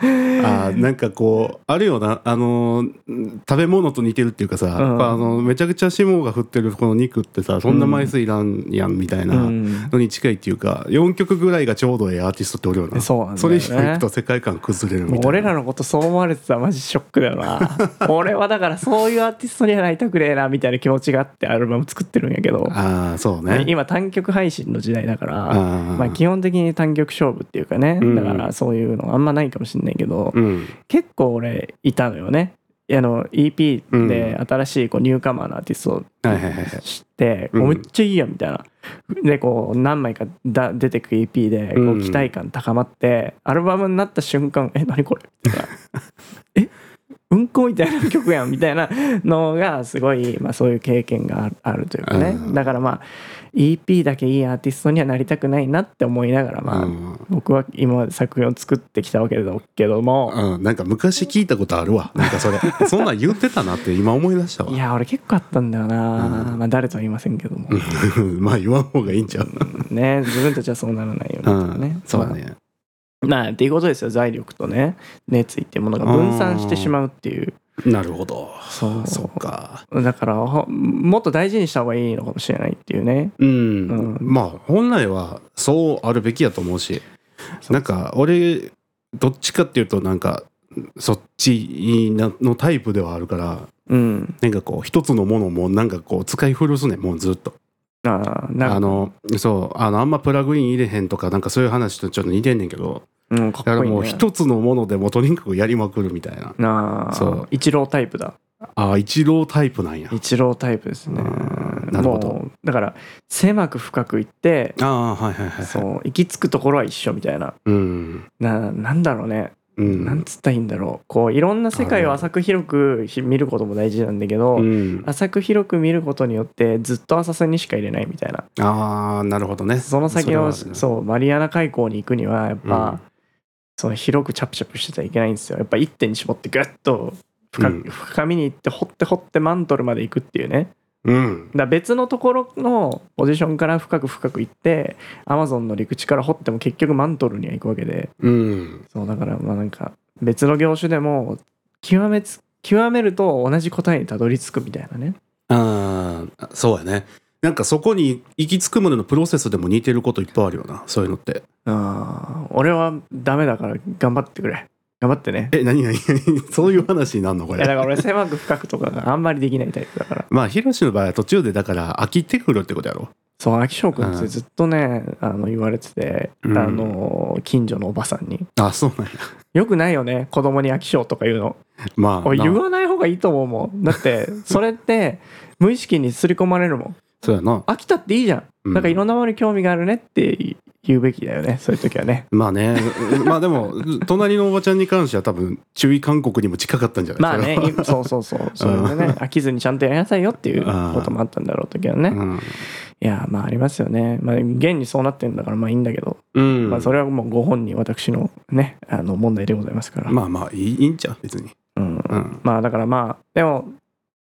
[SPEAKER 1] あーなんかこうあるよなあのーん食べ物と似てるっていうかさ、やっぱあのめちゃくちゃ霜が降ってるこの肉ってさそんな枚数いらんやんみたいな
[SPEAKER 3] うん
[SPEAKER 1] のに近いっていうか4曲ぐらいがちょうどええアーティストっておるよな
[SPEAKER 3] そうなんだよね
[SPEAKER 1] それ以上いくと世界観崩れるみた
[SPEAKER 3] も
[SPEAKER 1] いうな
[SPEAKER 3] 俺らのことそう思われてたらマジショックだ よな俺はだからそういうアーティストにはなりたくねえなみたいな気持ちがあってアルバム作ってるんやけど
[SPEAKER 1] ああそうね
[SPEAKER 3] 今単曲配信の時代だから
[SPEAKER 1] あー
[SPEAKER 3] まあ、基本的に単曲勝負っていうかね、
[SPEAKER 1] うん
[SPEAKER 3] だからそういうのあんまないかもしんないけど、
[SPEAKER 1] うん
[SPEAKER 3] 結構俺いたのよねあの EP で
[SPEAKER 1] う
[SPEAKER 3] 新しいこうニューカマーのアーティストを
[SPEAKER 1] はいはいはいはい
[SPEAKER 3] 知って、
[SPEAKER 1] うん
[SPEAKER 3] めっちゃいいやみたいな。でこう何枚かだ出てく EP でこ
[SPEAKER 1] う
[SPEAKER 3] うん期待感高まって、アルバムになった瞬間「え何これ?」みたいな「えうんこ」みたいな曲やんみたいなのがすごい、まあ、そういう経験があるあるというかね
[SPEAKER 1] うん
[SPEAKER 3] だからまあ EP だけいいアーティストにはなりたくないなって思いながらまあ、
[SPEAKER 1] うん
[SPEAKER 3] 僕は今まで作品を作ってきたわけだけども、
[SPEAKER 1] うん、なんか昔聞いたことあるわなんか それそんなん言ってたなって今思い出したわ
[SPEAKER 3] いや俺結構あったんだよな、
[SPEAKER 1] うん
[SPEAKER 3] まあ誰とは言いませんけども、
[SPEAKER 1] うん まあ言わん方がいいんちゃう、
[SPEAKER 3] ね自分たちはそうならないよ
[SPEAKER 1] う
[SPEAKER 3] うにとか
[SPEAKER 1] ん
[SPEAKER 3] ね、
[SPEAKER 1] そうだね、
[SPEAKER 3] まあ、まあっていうことですよ財力とね熱意っていうものが分散してしまうっていう
[SPEAKER 1] なるほど
[SPEAKER 3] そう
[SPEAKER 1] そっか
[SPEAKER 3] だからほもっと大事にした方がいいのかもしれないっていうね
[SPEAKER 1] うん、
[SPEAKER 3] うん
[SPEAKER 1] まあ本来はそうあるべきやと思うし
[SPEAKER 3] そう
[SPEAKER 1] なんか俺どっちかっていうとなんかそっちなのタイプではあるから
[SPEAKER 3] うん
[SPEAKER 1] なんかこう一つのものもなんかこう使い古すねもうずっと
[SPEAKER 3] あーなんか
[SPEAKER 1] あのそうあのあんまプラグイン入れへんとかなんかそういう話とちょっと似てんねんけど
[SPEAKER 3] うん、かっ
[SPEAKER 1] だか
[SPEAKER 3] こ
[SPEAKER 1] ら
[SPEAKER 3] いい、ね、
[SPEAKER 1] もう一つのものでもとにかくやりまくるみたいな
[SPEAKER 3] なあ
[SPEAKER 1] そう
[SPEAKER 3] 一郎タイプだ
[SPEAKER 1] ああ一郎タイプなんや
[SPEAKER 3] 一郎タイプですね
[SPEAKER 1] うんなるほど
[SPEAKER 3] もうだから狭く深くいって
[SPEAKER 1] ああはいはいはい
[SPEAKER 3] そうう行き着くところは一緒みたいな
[SPEAKER 1] うん
[SPEAKER 3] ななんだろうね、
[SPEAKER 1] うん
[SPEAKER 3] なんつったらいいんだろうこういろんな世界を浅く広くひ見ることも大事なんだけど、
[SPEAKER 1] うん、
[SPEAKER 3] 浅く広く見ることによってずっと浅瀬にしか入れないみたいな
[SPEAKER 1] ああなるほどね
[SPEAKER 3] その先の
[SPEAKER 1] そ
[SPEAKER 3] そ
[SPEAKER 1] れは
[SPEAKER 3] うマリアナ海溝に行くにはやっぱ、
[SPEAKER 1] うん
[SPEAKER 3] その広くチャプチャプしてたらいけないんですよやっぱ一点に絞ってグッと深,、
[SPEAKER 1] うん
[SPEAKER 3] 深みに行って掘って掘ってマントルまで行くっていうね
[SPEAKER 1] うん
[SPEAKER 3] だから別のところのポジションから深く深く行ってアマゾンの陸地から掘っても結局マントルには行くわけで
[SPEAKER 1] うん
[SPEAKER 3] そうだからまあなんか別の業種でも極めつ極めると同じ答えにたどり着くみたいなね
[SPEAKER 1] ああそうやねなんかそこに行き着くまでのプロセスでも似てることいっぱいあるよなそういうのって
[SPEAKER 3] あー俺はダメだから頑張ってくれ頑張ってね
[SPEAKER 1] え何何何 そういう話になるのこ
[SPEAKER 3] いやだか
[SPEAKER 1] れ
[SPEAKER 3] ら俺狭く深くとかがあんまりできないタイプだから
[SPEAKER 1] まあヒロシの場合は途中でだから飽きてくるってことやろ
[SPEAKER 3] そう秋翔君っ
[SPEAKER 1] う
[SPEAKER 3] て
[SPEAKER 1] ん
[SPEAKER 3] ずっとねあの言われてて、
[SPEAKER 1] うん
[SPEAKER 3] あの近所のおばさんに
[SPEAKER 1] あそうなんや
[SPEAKER 3] 「よくないよね子供に秋翔とか言うの
[SPEAKER 1] まあ
[SPEAKER 3] 俺
[SPEAKER 1] な
[SPEAKER 3] 言わない方がいいと思うもんだってそれって無意識に刷り込まれるもん
[SPEAKER 1] そうやな
[SPEAKER 3] 飽きたっていいじゃ
[SPEAKER 1] うんん
[SPEAKER 3] なんかいろんなものに興味があるねって言うべきだよねそういう時はね
[SPEAKER 1] まあねまあでも隣のおばちゃんに関しては多分注意勧告にも近かったんじゃない
[SPEAKER 3] まあね
[SPEAKER 1] それは
[SPEAKER 3] そうそうそうそれで ね飽きずにちゃんとやりなさいよっていうこともあったんだろうけどね
[SPEAKER 1] うん
[SPEAKER 3] いやまあありますよねまあ現にそうなってんだからまあいいんだけど
[SPEAKER 1] うん
[SPEAKER 3] まあそれはもうご本人私のねあの問題でございますから、
[SPEAKER 1] まあまあいいいいんちゃう別に
[SPEAKER 3] うん
[SPEAKER 1] うん
[SPEAKER 3] まあだからまあでも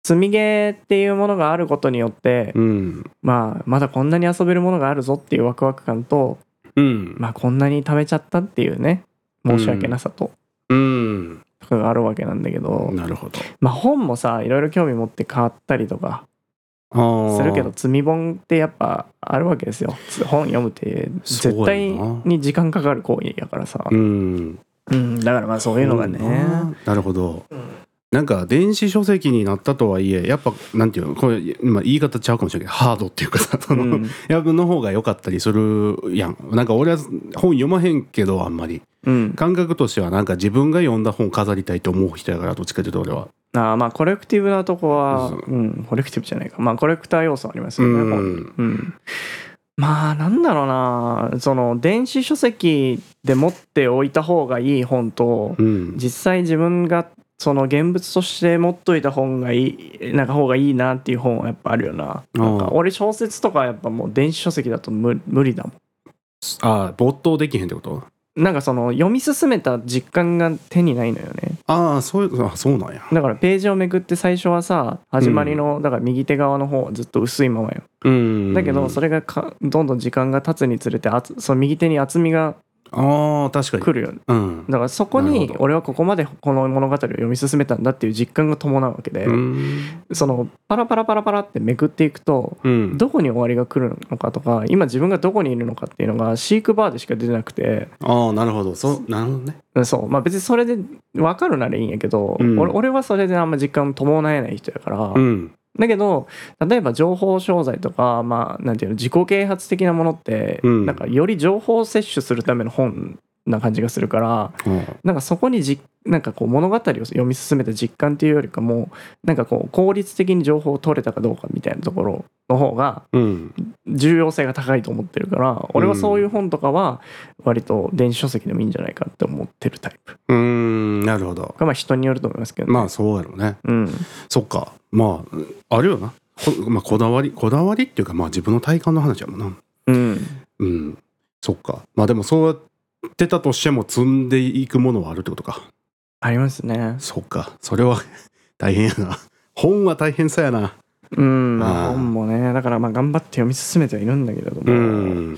[SPEAKER 3] 積みゲーっていうものがあることによって、
[SPEAKER 1] うん
[SPEAKER 3] まあまだこんなに遊べるものがあるぞっていうワクワク感と、
[SPEAKER 1] うん、
[SPEAKER 3] まあ、こんなに貯めちゃったっていうね申し訳なさと。
[SPEAKER 1] うん
[SPEAKER 3] とかがあるわけなんだけど、
[SPEAKER 1] なるほど
[SPEAKER 3] まあ本もさいろいろ興味持って変わったりとか
[SPEAKER 1] ああ
[SPEAKER 3] するけど積み本ってやっぱあるわけですよつ本読むって絶対
[SPEAKER 1] そうやな
[SPEAKER 3] に時間かかる行為やからさ、
[SPEAKER 1] うん
[SPEAKER 3] うん、だからまあそういうのがね、
[SPEAKER 1] うんなるほど、なんか電子書籍になったとはいえやっぱなんていうのこれ、まあ、言い方ちゃうかもしれないけどハードっていうかさその、
[SPEAKER 3] うん
[SPEAKER 1] やぶの方が良かったりするやんなんか俺は本読まへんけどあんまり
[SPEAKER 3] うん、
[SPEAKER 1] 感覚としてはなんか自分が読んだ本飾りたいと思う人やからどっちかというと俺は
[SPEAKER 3] ああまあコレクティブなとこは、う
[SPEAKER 1] そ
[SPEAKER 3] ん
[SPEAKER 1] う
[SPEAKER 3] コレクティブじゃないかまあコレクター要素ありますよね、
[SPEAKER 1] うん
[SPEAKER 3] 本にうんまあなんだろうなその電子書籍で持っておいた方がいい本と
[SPEAKER 1] うん
[SPEAKER 3] 実際自分がその現物として持っといた本がいいなんか方がいいなっていう本はやっぱあるよななんか
[SPEAKER 1] ああ
[SPEAKER 3] 俺小説とかやっぱもう電子書籍だと無無理だも
[SPEAKER 1] ああ没頭できへんってこと
[SPEAKER 3] んなんかその読み進めた実感が手にないのよね
[SPEAKER 1] ああそういうあそうなんや
[SPEAKER 3] だからページをめくって最初はさ始まりの、だから右手側の方はずっと薄いままよ
[SPEAKER 1] うん
[SPEAKER 3] だけどそれがかどんどん時間が経つにつれてあつその右手に厚みが
[SPEAKER 1] ああ確かに
[SPEAKER 3] 来るよ
[SPEAKER 1] うん
[SPEAKER 3] だからそこ
[SPEAKER 1] なる
[SPEAKER 3] に
[SPEAKER 1] ほど
[SPEAKER 3] 俺はここまでこの物語を読み進めたんだっていう実感が伴うわけで、
[SPEAKER 1] うん
[SPEAKER 3] そのパラパラパラパラってめくっていくと
[SPEAKER 1] うん
[SPEAKER 3] どこに終わりが来るのかとか今自分がどこにいるのかっていうのが飼育バーでしか出てなくて
[SPEAKER 1] ああなるほどそうなるほどね
[SPEAKER 3] そうまあ別にそれで分かるならいいんやけど、
[SPEAKER 1] うん
[SPEAKER 3] 俺俺はそれであんま実感伴えない人やから、
[SPEAKER 1] うん
[SPEAKER 3] だけど例えば情報商材とかまあなんていうの自己啓発的なものって、
[SPEAKER 1] うん
[SPEAKER 3] なんかより情報を摂取するための本な感じがするから
[SPEAKER 1] うん
[SPEAKER 3] なんかそこにじなんかこう物語を読み進めた実感っていうよりかもなんかこう効率的に情報を取れたかどうかみたいなところの方が
[SPEAKER 1] うん
[SPEAKER 3] 重要性が高いと思ってるから俺はそういう本とかは割と電子書籍でもいいんじゃないかって思ってるタイプ
[SPEAKER 1] うーんなるほど
[SPEAKER 3] まあ人によると思いますけどね、
[SPEAKER 1] まあそうやろうね
[SPEAKER 3] うん
[SPEAKER 1] そっかまああるよなこ,、まあ、こだわりこだわりっていうかまあ自分の体感の話やもんな
[SPEAKER 3] うん
[SPEAKER 1] うんそっかまあでもそうやってたとしても積んでいくものはあるってことか
[SPEAKER 3] ありますね
[SPEAKER 1] そっかそれは 大変やな本は大変さやな
[SPEAKER 3] うんま
[SPEAKER 1] あ
[SPEAKER 3] あ
[SPEAKER 1] ー
[SPEAKER 3] 本もねだからまあ頑張って読み進めてはいるんだけれども、
[SPEAKER 1] うん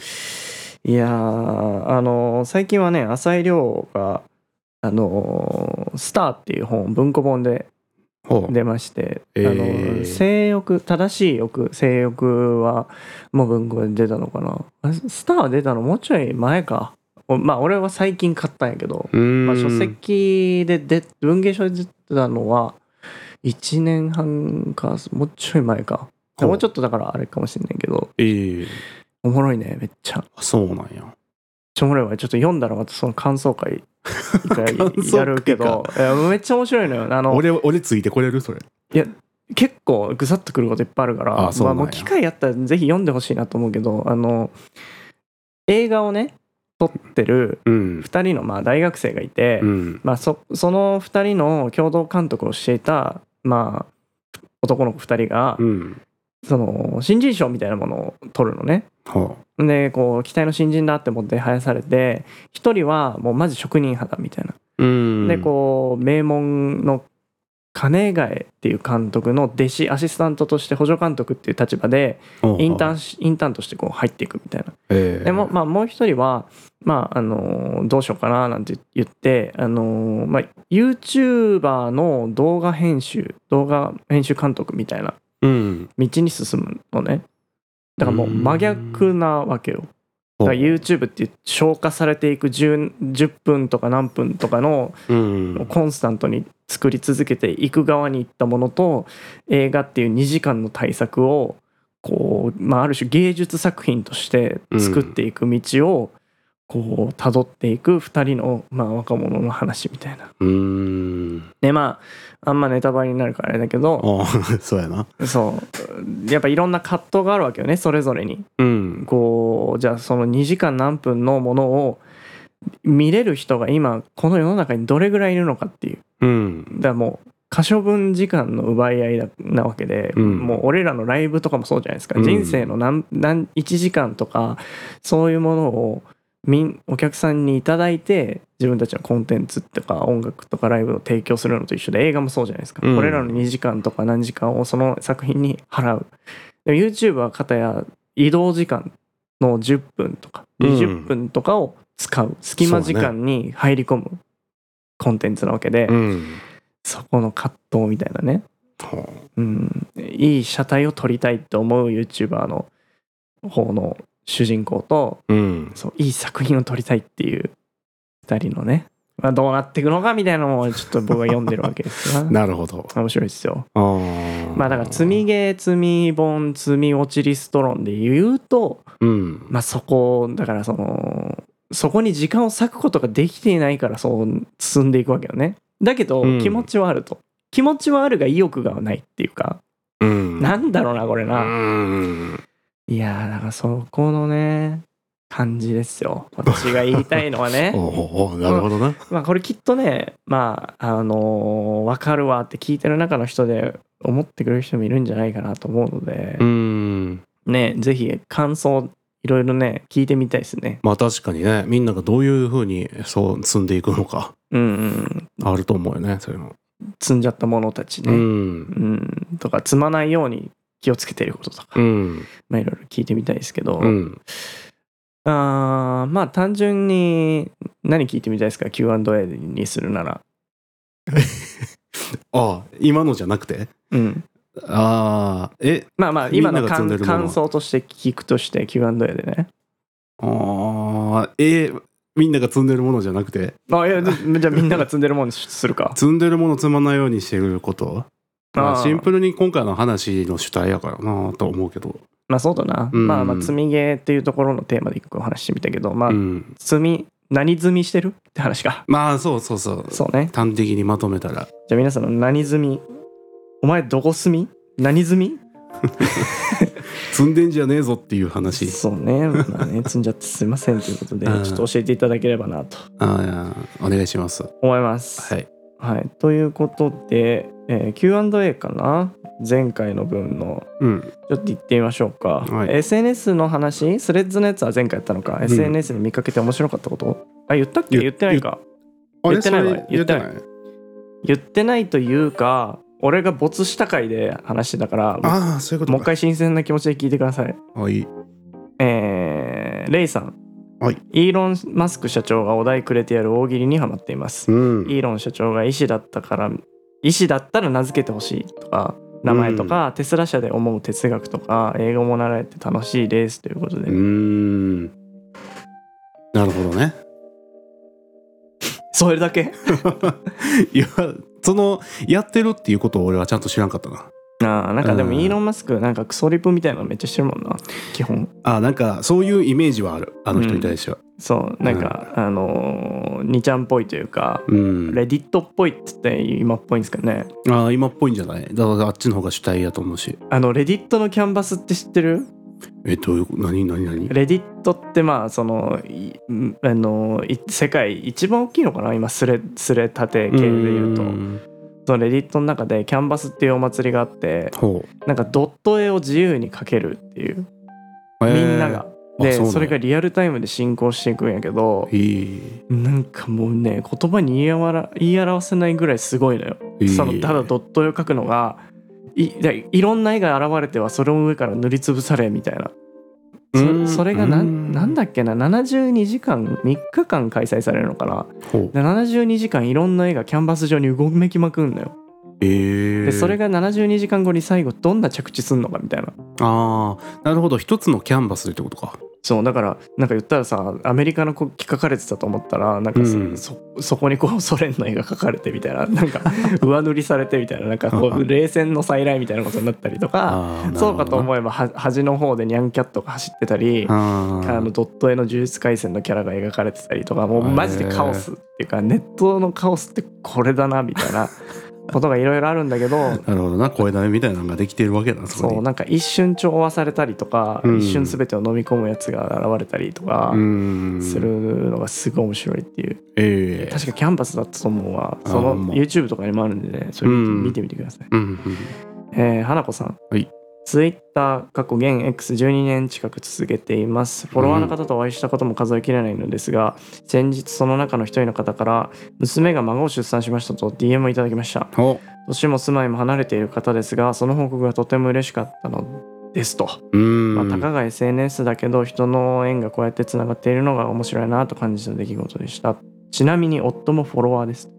[SPEAKER 3] いやーあのー最近はね浅井亮が「あのースター」っていう本文庫本で
[SPEAKER 1] ほう
[SPEAKER 3] 出まして、
[SPEAKER 1] えー
[SPEAKER 3] あのー性欲正しい欲性欲はもう文庫で出たのかなあスターは出たのもうちょい前かおまあ俺は最近買ったんやけど、
[SPEAKER 1] うーん
[SPEAKER 3] まあ、書籍でで文芸賞で出たのは1年半かもうちょい前か
[SPEAKER 1] ほう
[SPEAKER 3] もうちょっとだからあれかもしんないけど
[SPEAKER 1] ええ
[SPEAKER 3] おもろいねめっちゃ。
[SPEAKER 1] あそうなんや
[SPEAKER 3] ちょもろいわちょっと読んだらまたその感想会一 回
[SPEAKER 1] 感想会か
[SPEAKER 3] やるけどいやめっちゃ面白いのよあの
[SPEAKER 1] 俺俺ついてこれるそれ
[SPEAKER 3] 結構ぐさっとくることいっぱいあるから
[SPEAKER 1] あそうなんや
[SPEAKER 3] まあ、もう機会あったらぜひ読んでほしいなと思うけどあの映画をね撮ってる
[SPEAKER 1] うん
[SPEAKER 3] 2人のまあ大学生がいて、
[SPEAKER 1] うん
[SPEAKER 3] まあ、そその2人の共同監督をしていた、まあ、男の子2人が、
[SPEAKER 1] うん
[SPEAKER 3] その新人賞みたいなものを撮るのね。
[SPEAKER 1] ほ
[SPEAKER 3] でこう期待の新人だって思って生やされて1人はもうまず職人肌みたいな。
[SPEAKER 1] ううん
[SPEAKER 3] でこう名門の金ヶ江っていう監督の弟子アシスタントとして補助監督っていう立場で
[SPEAKER 1] ほう
[SPEAKER 3] インター
[SPEAKER 1] ン
[SPEAKER 3] ンしインターンとしてこう入っていくみたいな。
[SPEAKER 1] ええ
[SPEAKER 3] でも、まあ、もう一人は、まああのどうしようかななんて言って、あのまあ、YouTuber の動画編集動画編集監督みたいな
[SPEAKER 1] うん
[SPEAKER 3] 道に進むのね。だからもう
[SPEAKER 1] うーん
[SPEAKER 3] 真逆なわけよ。だから YouTube っていう消化されていく 10, 10分とか何分とかの
[SPEAKER 1] うん
[SPEAKER 3] コンスタントに作り続けていく側に行ったものと映画っていう2時間の大作をこう、まあ、ある種芸術作品として作っていく道をこう辿っていく2人の、まあ、若者の話みたいな。
[SPEAKER 1] うーん
[SPEAKER 3] でまああんまネタバレになるからあれだけど
[SPEAKER 1] ああ そうやな
[SPEAKER 3] そうやっぱいろんな葛藤があるわけよねそれぞれに。
[SPEAKER 1] うん
[SPEAKER 3] こうじゃあその2時間何分のものを見れる人が今この世の中にどれぐらいいるのかっていう。
[SPEAKER 1] うん
[SPEAKER 3] だからもう可処分時間の奪い合いだなわけで、
[SPEAKER 1] うん
[SPEAKER 3] もう俺らのライブとかもそうじゃないですか、
[SPEAKER 1] うん
[SPEAKER 3] 人生の何何1時間とかそういうものをみんお客さんにいただいて自分たちのコンテンツとか音楽とかライブを提供するのと一緒で映画もそうじゃないですか、
[SPEAKER 1] うん
[SPEAKER 3] 俺らの2時間とか何時間をその作品に払うでも YouTube は片や移動時間の10分とか
[SPEAKER 1] うん
[SPEAKER 3] 20分とかを使う、隙間時間に入り込むコンテンツなわけで、
[SPEAKER 1] うん
[SPEAKER 3] そこの葛藤みたいなね、
[SPEAKER 1] ほ
[SPEAKER 3] うん、いい車体を撮りたいって思う YouTuber の方の主人公と
[SPEAKER 1] ううん
[SPEAKER 3] そういい作品を撮りたいっていう2人のね、まあ、どうなっていくのかみたいなのをちょっと僕は読んでるわけです が
[SPEAKER 1] なるほど
[SPEAKER 3] 面白いですよ。
[SPEAKER 1] あ
[SPEAKER 3] まあだから積みゲー積み本積み落ちリスト論で言うと
[SPEAKER 1] うん
[SPEAKER 3] まあそこだからそのそこに時間を割くことができていないからそう進んでいくわけよねだけど
[SPEAKER 1] うん
[SPEAKER 3] 気持ちはあると、気持ちはあるが意欲がないっていうか、
[SPEAKER 1] うん
[SPEAKER 3] なんだろうなこれな、
[SPEAKER 1] うん
[SPEAKER 3] いやーだからそこのね感じですよ私が言いたいの はね
[SPEAKER 1] おうおうなるほどな
[SPEAKER 3] まあこれきっとねまああのーわかるわって聞いてる中の人で思ってくれる人もいるんじゃないかなと思うので
[SPEAKER 1] う、ん
[SPEAKER 3] ねぜひ感想いろいろね聞いてみたいですね
[SPEAKER 1] まあ確かにねみんながどういうふうにそう積んでいくのか
[SPEAKER 3] うんうん
[SPEAKER 1] あると思うよねそれも
[SPEAKER 3] 積んじゃったものたちね、
[SPEAKER 1] うん
[SPEAKER 3] うん、とか積まないように気をつけてることとか、
[SPEAKER 1] うん
[SPEAKER 3] まあいろいろ聞いてみたいですけど、
[SPEAKER 1] うん
[SPEAKER 3] あーまあ単純に何聞いてみたいですか Q&A にするなら、
[SPEAKER 1] ああ今のじゃなくて
[SPEAKER 3] うん、
[SPEAKER 1] ああえ
[SPEAKER 3] まあまあ今
[SPEAKER 1] み
[SPEAKER 3] の
[SPEAKER 1] んなが積ん
[SPEAKER 3] 感
[SPEAKER 1] でるもの
[SPEAKER 3] 感想として聞くとして Q&A でね
[SPEAKER 1] ああえみんなが積んでるものじゃなくて
[SPEAKER 3] あいやでじゃあみんなが積んでるもんにする か
[SPEAKER 1] 積んでるもの積まないようにしてることまあ
[SPEAKER 3] あー
[SPEAKER 1] シンプルに今回の話の主体やからなと思うけど、
[SPEAKER 3] まあそうだな、
[SPEAKER 1] うん
[SPEAKER 3] まあまあ積みゲーっていうところのテーマで一個お話ししてみたけどまあ
[SPEAKER 1] うん
[SPEAKER 3] 積み何済みしてるって話か
[SPEAKER 1] まあそうそうそう
[SPEAKER 3] そうね
[SPEAKER 1] 端的にまとめたら
[SPEAKER 3] じゃあ皆さんの何済みお前どこ住み何済み
[SPEAKER 1] 積んでんじゃねえぞっていう話
[SPEAKER 3] そうね,、まあ、ね積んじゃってすいませんということでち
[SPEAKER 1] う
[SPEAKER 3] ょ
[SPEAKER 1] ん
[SPEAKER 3] っと教えていただければなと
[SPEAKER 1] ああお願いします
[SPEAKER 3] 思います。
[SPEAKER 1] はい
[SPEAKER 3] はい、ということで、えー Q&A かな前回の分の
[SPEAKER 1] うん
[SPEAKER 3] ちょっと言ってみましょうか、
[SPEAKER 1] はい
[SPEAKER 3] SNS の話スレッズのやつは前回やったのか、SNS で見かけて面白かったことあ言ったっけ
[SPEAKER 1] 言
[SPEAKER 3] 言ってないか
[SPEAKER 1] あ
[SPEAKER 3] 言ってないわ
[SPEAKER 1] それ言っ
[SPEAKER 3] 言っ
[SPEAKER 1] てて
[SPEAKER 3] な
[SPEAKER 1] ないい
[SPEAKER 3] 言ってないというか俺が没した回で話してたからも
[SPEAKER 1] ああそういうこと
[SPEAKER 3] う一回新鮮な気持ちで聞いてください
[SPEAKER 1] 回はい
[SPEAKER 3] えーレイさん、
[SPEAKER 1] はい
[SPEAKER 3] イーロン・マスク社長がお題くれてやる大喜利にハマっています
[SPEAKER 1] うん
[SPEAKER 3] イーロン社長が医師だったから医師だったら名付けてほしいとか名前とか、テスラ社で思う哲学とか英語も習えて楽しいですということで、
[SPEAKER 1] うーんなるほどね
[SPEAKER 3] それだけ
[SPEAKER 1] いやそのやってるっていうことを俺はちゃんと知らんかったな
[SPEAKER 3] なあなんかでも
[SPEAKER 1] うん
[SPEAKER 3] イーロン・マスクなんかクソリプみたいなのめっちゃしてるもんな基本
[SPEAKER 1] ああなんかそういうイメージはあるあの人に対しては
[SPEAKER 3] そうなんか、あのー、2ちゃんっぽいというか、
[SPEAKER 1] うん、
[SPEAKER 3] レディットっぽいっつって今っぽいんですかね
[SPEAKER 1] ああ今っぽいんじゃないだからあっちの方が主体やと思うし
[SPEAKER 3] あのレディットのキャンバスって知ってる
[SPEAKER 1] えどういうこと何何何
[SPEAKER 3] レディットってまあそのいんあのい世界一番大きいのかな今すれすれたて系でいうと
[SPEAKER 1] ん
[SPEAKER 3] そのレディットの中でキャンバスっていうお祭りがあって
[SPEAKER 1] ほ
[SPEAKER 3] なんかドット絵を自由に描けるっていう
[SPEAKER 1] う
[SPEAKER 3] み
[SPEAKER 1] へえ
[SPEAKER 3] んなが。で
[SPEAKER 1] あう
[SPEAKER 3] そ
[SPEAKER 1] なんや
[SPEAKER 3] れがリアルタイムで進行していくんやけど
[SPEAKER 1] へえ
[SPEAKER 3] なんかもうね言葉に言いあわら言い表せないぐらいすごいのよ。
[SPEAKER 1] へえ
[SPEAKER 3] そのただドット絵を描くのがいでいろんな絵が現れてはそれを上から塗りつぶされみたいな
[SPEAKER 1] う
[SPEAKER 3] そ
[SPEAKER 1] ん
[SPEAKER 3] それがな
[SPEAKER 1] うん
[SPEAKER 3] んなんだっけな72時間3日間開催されるのかな
[SPEAKER 1] ほう
[SPEAKER 3] で72時間いろんな絵がキャンバス上にうごめきまくんだよ
[SPEAKER 1] へえ
[SPEAKER 3] でそれが72時間後に最後どんな着地すんのかみたいな
[SPEAKER 1] ああなるほど一つのキャンバスでってことか
[SPEAKER 3] そうだからなんか言ったらさアメリカのこ書かれてたと思ったらなんかそ,、
[SPEAKER 1] うん
[SPEAKER 3] そそこにこうソ連の絵が描かれてみたいな なんか上塗りされてみたいななん かこう冷戦の再来みたいなことになったりとか
[SPEAKER 1] ああ
[SPEAKER 3] そうかと
[SPEAKER 1] う
[SPEAKER 3] 思えばは端の方でニャンキャットが走ってたり
[SPEAKER 1] あー
[SPEAKER 3] あのドット絵の呪術廻戦のキャラが描かれてたりとかもうマジでカオスっていうかネットのカオスってこれだなみたいな ことがいろいろあるんだけど
[SPEAKER 1] なるほどな声だめみたいなのができてるわけだなそこに
[SPEAKER 3] そうなんか一瞬調和されたりとか、
[SPEAKER 1] うん
[SPEAKER 3] 一瞬全てを飲み込むやつが現れたりとか
[SPEAKER 1] うん
[SPEAKER 3] するのがすごい面白いっていう、
[SPEAKER 1] ええ
[SPEAKER 3] 確かキャンパスだったと思うわ
[SPEAKER 1] あー
[SPEAKER 3] その
[SPEAKER 1] ほんま
[SPEAKER 3] YouTube とかにもあるんでねそれ
[SPEAKER 1] うん
[SPEAKER 3] 見て見てみてください、
[SPEAKER 1] うんうん
[SPEAKER 3] えー花子さん
[SPEAKER 1] はい
[SPEAKER 3] ツイッター過去現 X12 年近く続けていますフォロワーの方とお会いしたことも数えきれないのですが、先日その中の一人の方から娘が孫を出産しましたと DM をいただきました
[SPEAKER 1] ほ
[SPEAKER 3] 年も住まいも離れている方ですがその報告がとても嬉しかったのですと、
[SPEAKER 1] ううん
[SPEAKER 3] まあ、たかが SNS だけど人の縁がこうやってつながっているのが面白いなと感じた出来事でしたちなみに夫もフォロワーです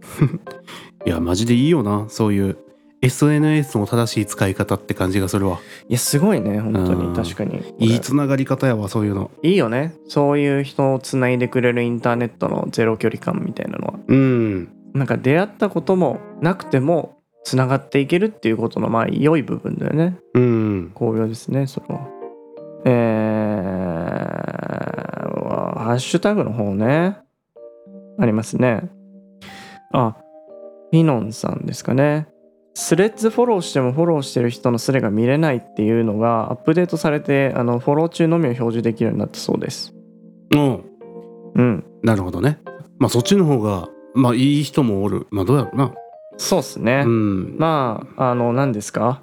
[SPEAKER 1] いやマジでいいよなそういう SNS の正しい使い方って感じがするわ
[SPEAKER 3] いやすごいね本当
[SPEAKER 1] う
[SPEAKER 3] に
[SPEAKER 1] ん
[SPEAKER 3] 確かに
[SPEAKER 1] いいつながり方やわそういうの
[SPEAKER 3] いいよねそういう人をつないでくれるインターネットのゼロ距離感みたいなのは
[SPEAKER 1] うん
[SPEAKER 3] なんか出会ったこともなくてもつながっていけるっていうことのまあ良い部分だよね
[SPEAKER 1] うん
[SPEAKER 3] 好評ですねそれはえーうわハッシュタグの方ねありますねあピノンさんですかねスレッズフォローしてもフォローしてる人のスレが見れないっていうのがアップデートされてあのフォロー中のみを表示できるようになったそうです
[SPEAKER 1] うん
[SPEAKER 3] うん
[SPEAKER 1] なるほどねまあそっちの方がまあいい人もおるまあどうやろうな
[SPEAKER 3] そうっすね、
[SPEAKER 1] うん
[SPEAKER 3] まああの何ですか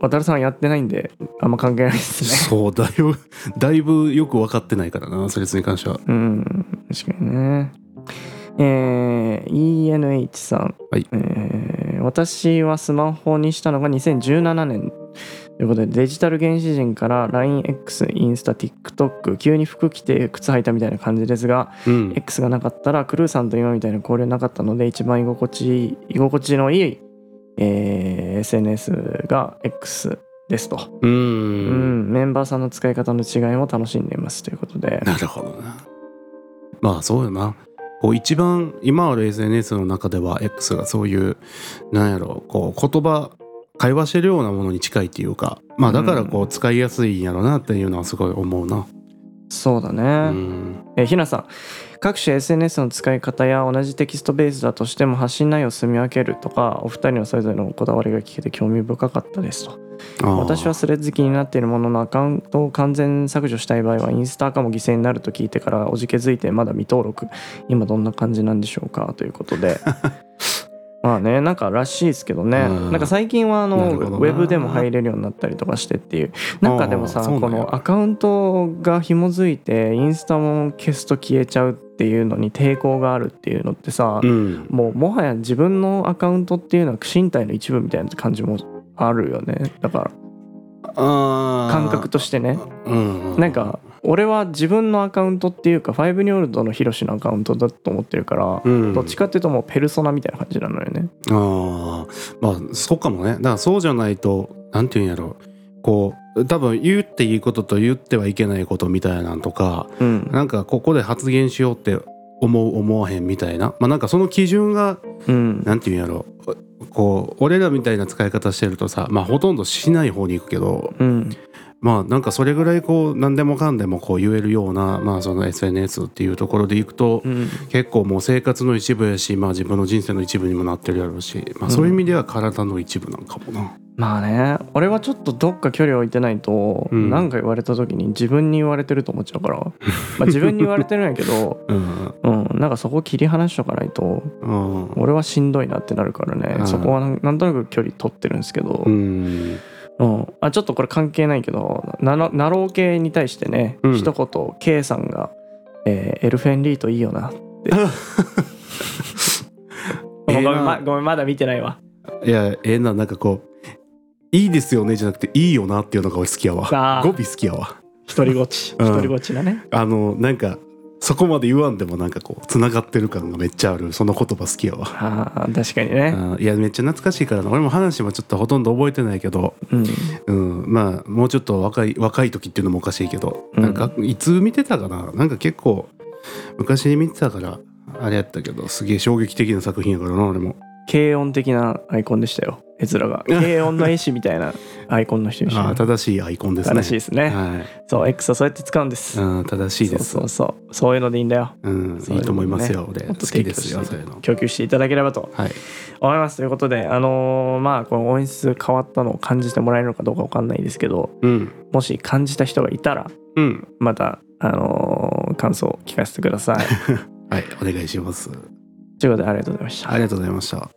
[SPEAKER 3] 渡るさんやってないんであんま関係ないですね
[SPEAKER 1] そうだいぶだいぶよく分かってないからなそれに関しては
[SPEAKER 3] うん、確かにね。えー ENH さん、
[SPEAKER 1] はい
[SPEAKER 3] えー私はスマホにしたのが2017年ということでデジタル原始人から LINEX インスタ TikTok 急に服着て靴履いたみたいな感じですが、
[SPEAKER 1] うん
[SPEAKER 3] X がなかったらクルーさんと今みたいな交流なかったので一番居心地いい居心地のいい、えー SNS が X ですと、
[SPEAKER 1] う
[SPEAKER 3] うんんメンバーさんの使い方の違いも楽しんでいますということで
[SPEAKER 1] なるほどなまあそうよなこう一番今ある SNS の中では X がそういうなんやろこう言葉会話してるようなものに近いっていうかまあだからこ
[SPEAKER 3] う
[SPEAKER 1] う使いやすいんやろなっていうのはすごい思うな
[SPEAKER 3] そうだね、
[SPEAKER 1] うん、
[SPEAKER 3] えーひなさん各種 SNS の使い方や同じテキストベースだとしても発信内容を住み分けるとかお二人のそれぞれのこだわりが聞けて興味深かったですと私はスレッズ気になっているもののアカウントを完全削除したい場合はインスタかも犠牲になると聞いてからおじけづいてまだ未登録今どんな感じなんでしょうかということで まあねなんからしいですけどね
[SPEAKER 1] うん
[SPEAKER 3] なんか最近はあ
[SPEAKER 1] なる
[SPEAKER 3] のウ
[SPEAKER 1] ほどな
[SPEAKER 3] ェブでも入れるようになったりとかしてっていうなんかでもさ
[SPEAKER 1] あーそう
[SPEAKER 3] こ
[SPEAKER 1] なんや
[SPEAKER 3] のアカウントが紐づいてインスタも消すと消えちゃうっていうのに抵抗があるっていうのってさ、
[SPEAKER 1] うん
[SPEAKER 3] もうもはや自分のアカウントっていうのは身体の一部みたいな感じもあるよねだから感
[SPEAKER 1] 感
[SPEAKER 3] 覚としてね
[SPEAKER 1] うん
[SPEAKER 3] なんか俺は自分のアカウントっていうかファイブニオールドのヒロシのアカウントだと思ってるから、
[SPEAKER 1] うん
[SPEAKER 3] どっちかっていうともうペルソナみたいな感じなのよね
[SPEAKER 1] ああまあそうかもねだからそうじゃないとなんていうんやろうこう多分言っていいことと言ってはいけないことみたいなんとか
[SPEAKER 3] うん、
[SPEAKER 1] なんかここで発言しようって思う思わへんみたいなまあなんかその基準が
[SPEAKER 3] うん、
[SPEAKER 1] なんていうんやろうこう俺らみたいな使い方してるとさまあほとんどしない方に行くけど
[SPEAKER 3] うん
[SPEAKER 1] まあなんかそれぐらいこう何でもかんでもこう言えるようなまあその SNS っていうところでいくと、
[SPEAKER 3] うん
[SPEAKER 1] 結構もう生活の一部やし、まあ、自分の人生の一部にもなってるやろうし、まあ、そういう意味では体の一部なんかもな、
[SPEAKER 3] まあね俺はちょっとどっか距離を置いてないと
[SPEAKER 1] うん
[SPEAKER 3] 何か言われた時に自分に言われてると思っちゃうから、まあ自分に言われてるんや けど、
[SPEAKER 1] うん
[SPEAKER 3] うん、なんかそこ切り離しとかないと
[SPEAKER 1] うん
[SPEAKER 3] 俺はしんどいなってなるからね
[SPEAKER 1] あー
[SPEAKER 3] そこはなんなんとなく距離取ってるんですけど、
[SPEAKER 1] うん
[SPEAKER 3] うん、あちょっとこれ関係ないけどななナロー系に対してね、
[SPEAKER 1] うん
[SPEAKER 3] 一言 K さんが、えーエルフェンリートいい よな」ってごめんごめんまごめんまだ見てないわ
[SPEAKER 1] いやええななんかこう「いいですよね」じゃなくて「いいよな」っていうのが俺好きや
[SPEAKER 3] あ
[SPEAKER 1] わ
[SPEAKER 3] ー
[SPEAKER 1] 語尾好きやわ
[SPEAKER 3] 独りごち
[SPEAKER 1] うん
[SPEAKER 3] 独りごちだね
[SPEAKER 1] あのなんかそこまで言わんでもなんかこうつながってる感がめっちゃあるその言葉好きやわ
[SPEAKER 3] あー確かにね
[SPEAKER 1] あーいやめっちゃ懐かしいからな俺も話もちょっとほとんど覚えてないけど、
[SPEAKER 3] うん
[SPEAKER 1] うん、まあもうちょっと若い若い時っていうのもおかしいけど、
[SPEAKER 3] うん
[SPEAKER 1] なんかいつ見てたかななんか結構昔に見てたからあれやったけどすげえ衝撃的な作品やからな俺も
[SPEAKER 3] 軽音的なアイコンでしたよ絵面が軽音の絵師みたいなアイコンの人でし
[SPEAKER 1] あー
[SPEAKER 3] た
[SPEAKER 1] 正しいアイコンですね
[SPEAKER 3] 正しいですね
[SPEAKER 1] はい、
[SPEAKER 3] そう X はそうやって使うんです
[SPEAKER 1] うん、正しいです
[SPEAKER 3] そうそうそうそういうのでいいんだよ
[SPEAKER 1] うん、
[SPEAKER 3] そう
[SPEAKER 1] いいと思いますよ俺
[SPEAKER 3] も
[SPEAKER 1] 好
[SPEAKER 3] っと
[SPEAKER 1] きですよ
[SPEAKER 3] 提供して
[SPEAKER 1] そういうの
[SPEAKER 3] 供給していただければと
[SPEAKER 1] はい
[SPEAKER 3] 思いますということであのーまあこの音質変わったのを感じてもらえるのかどうかわかんないですけど
[SPEAKER 1] うん
[SPEAKER 3] もし感じた人がいたら
[SPEAKER 1] うん
[SPEAKER 3] またあのー感想を聞かせてください
[SPEAKER 1] はいお願いします
[SPEAKER 3] ということでありがとうございました
[SPEAKER 1] ありがとうございました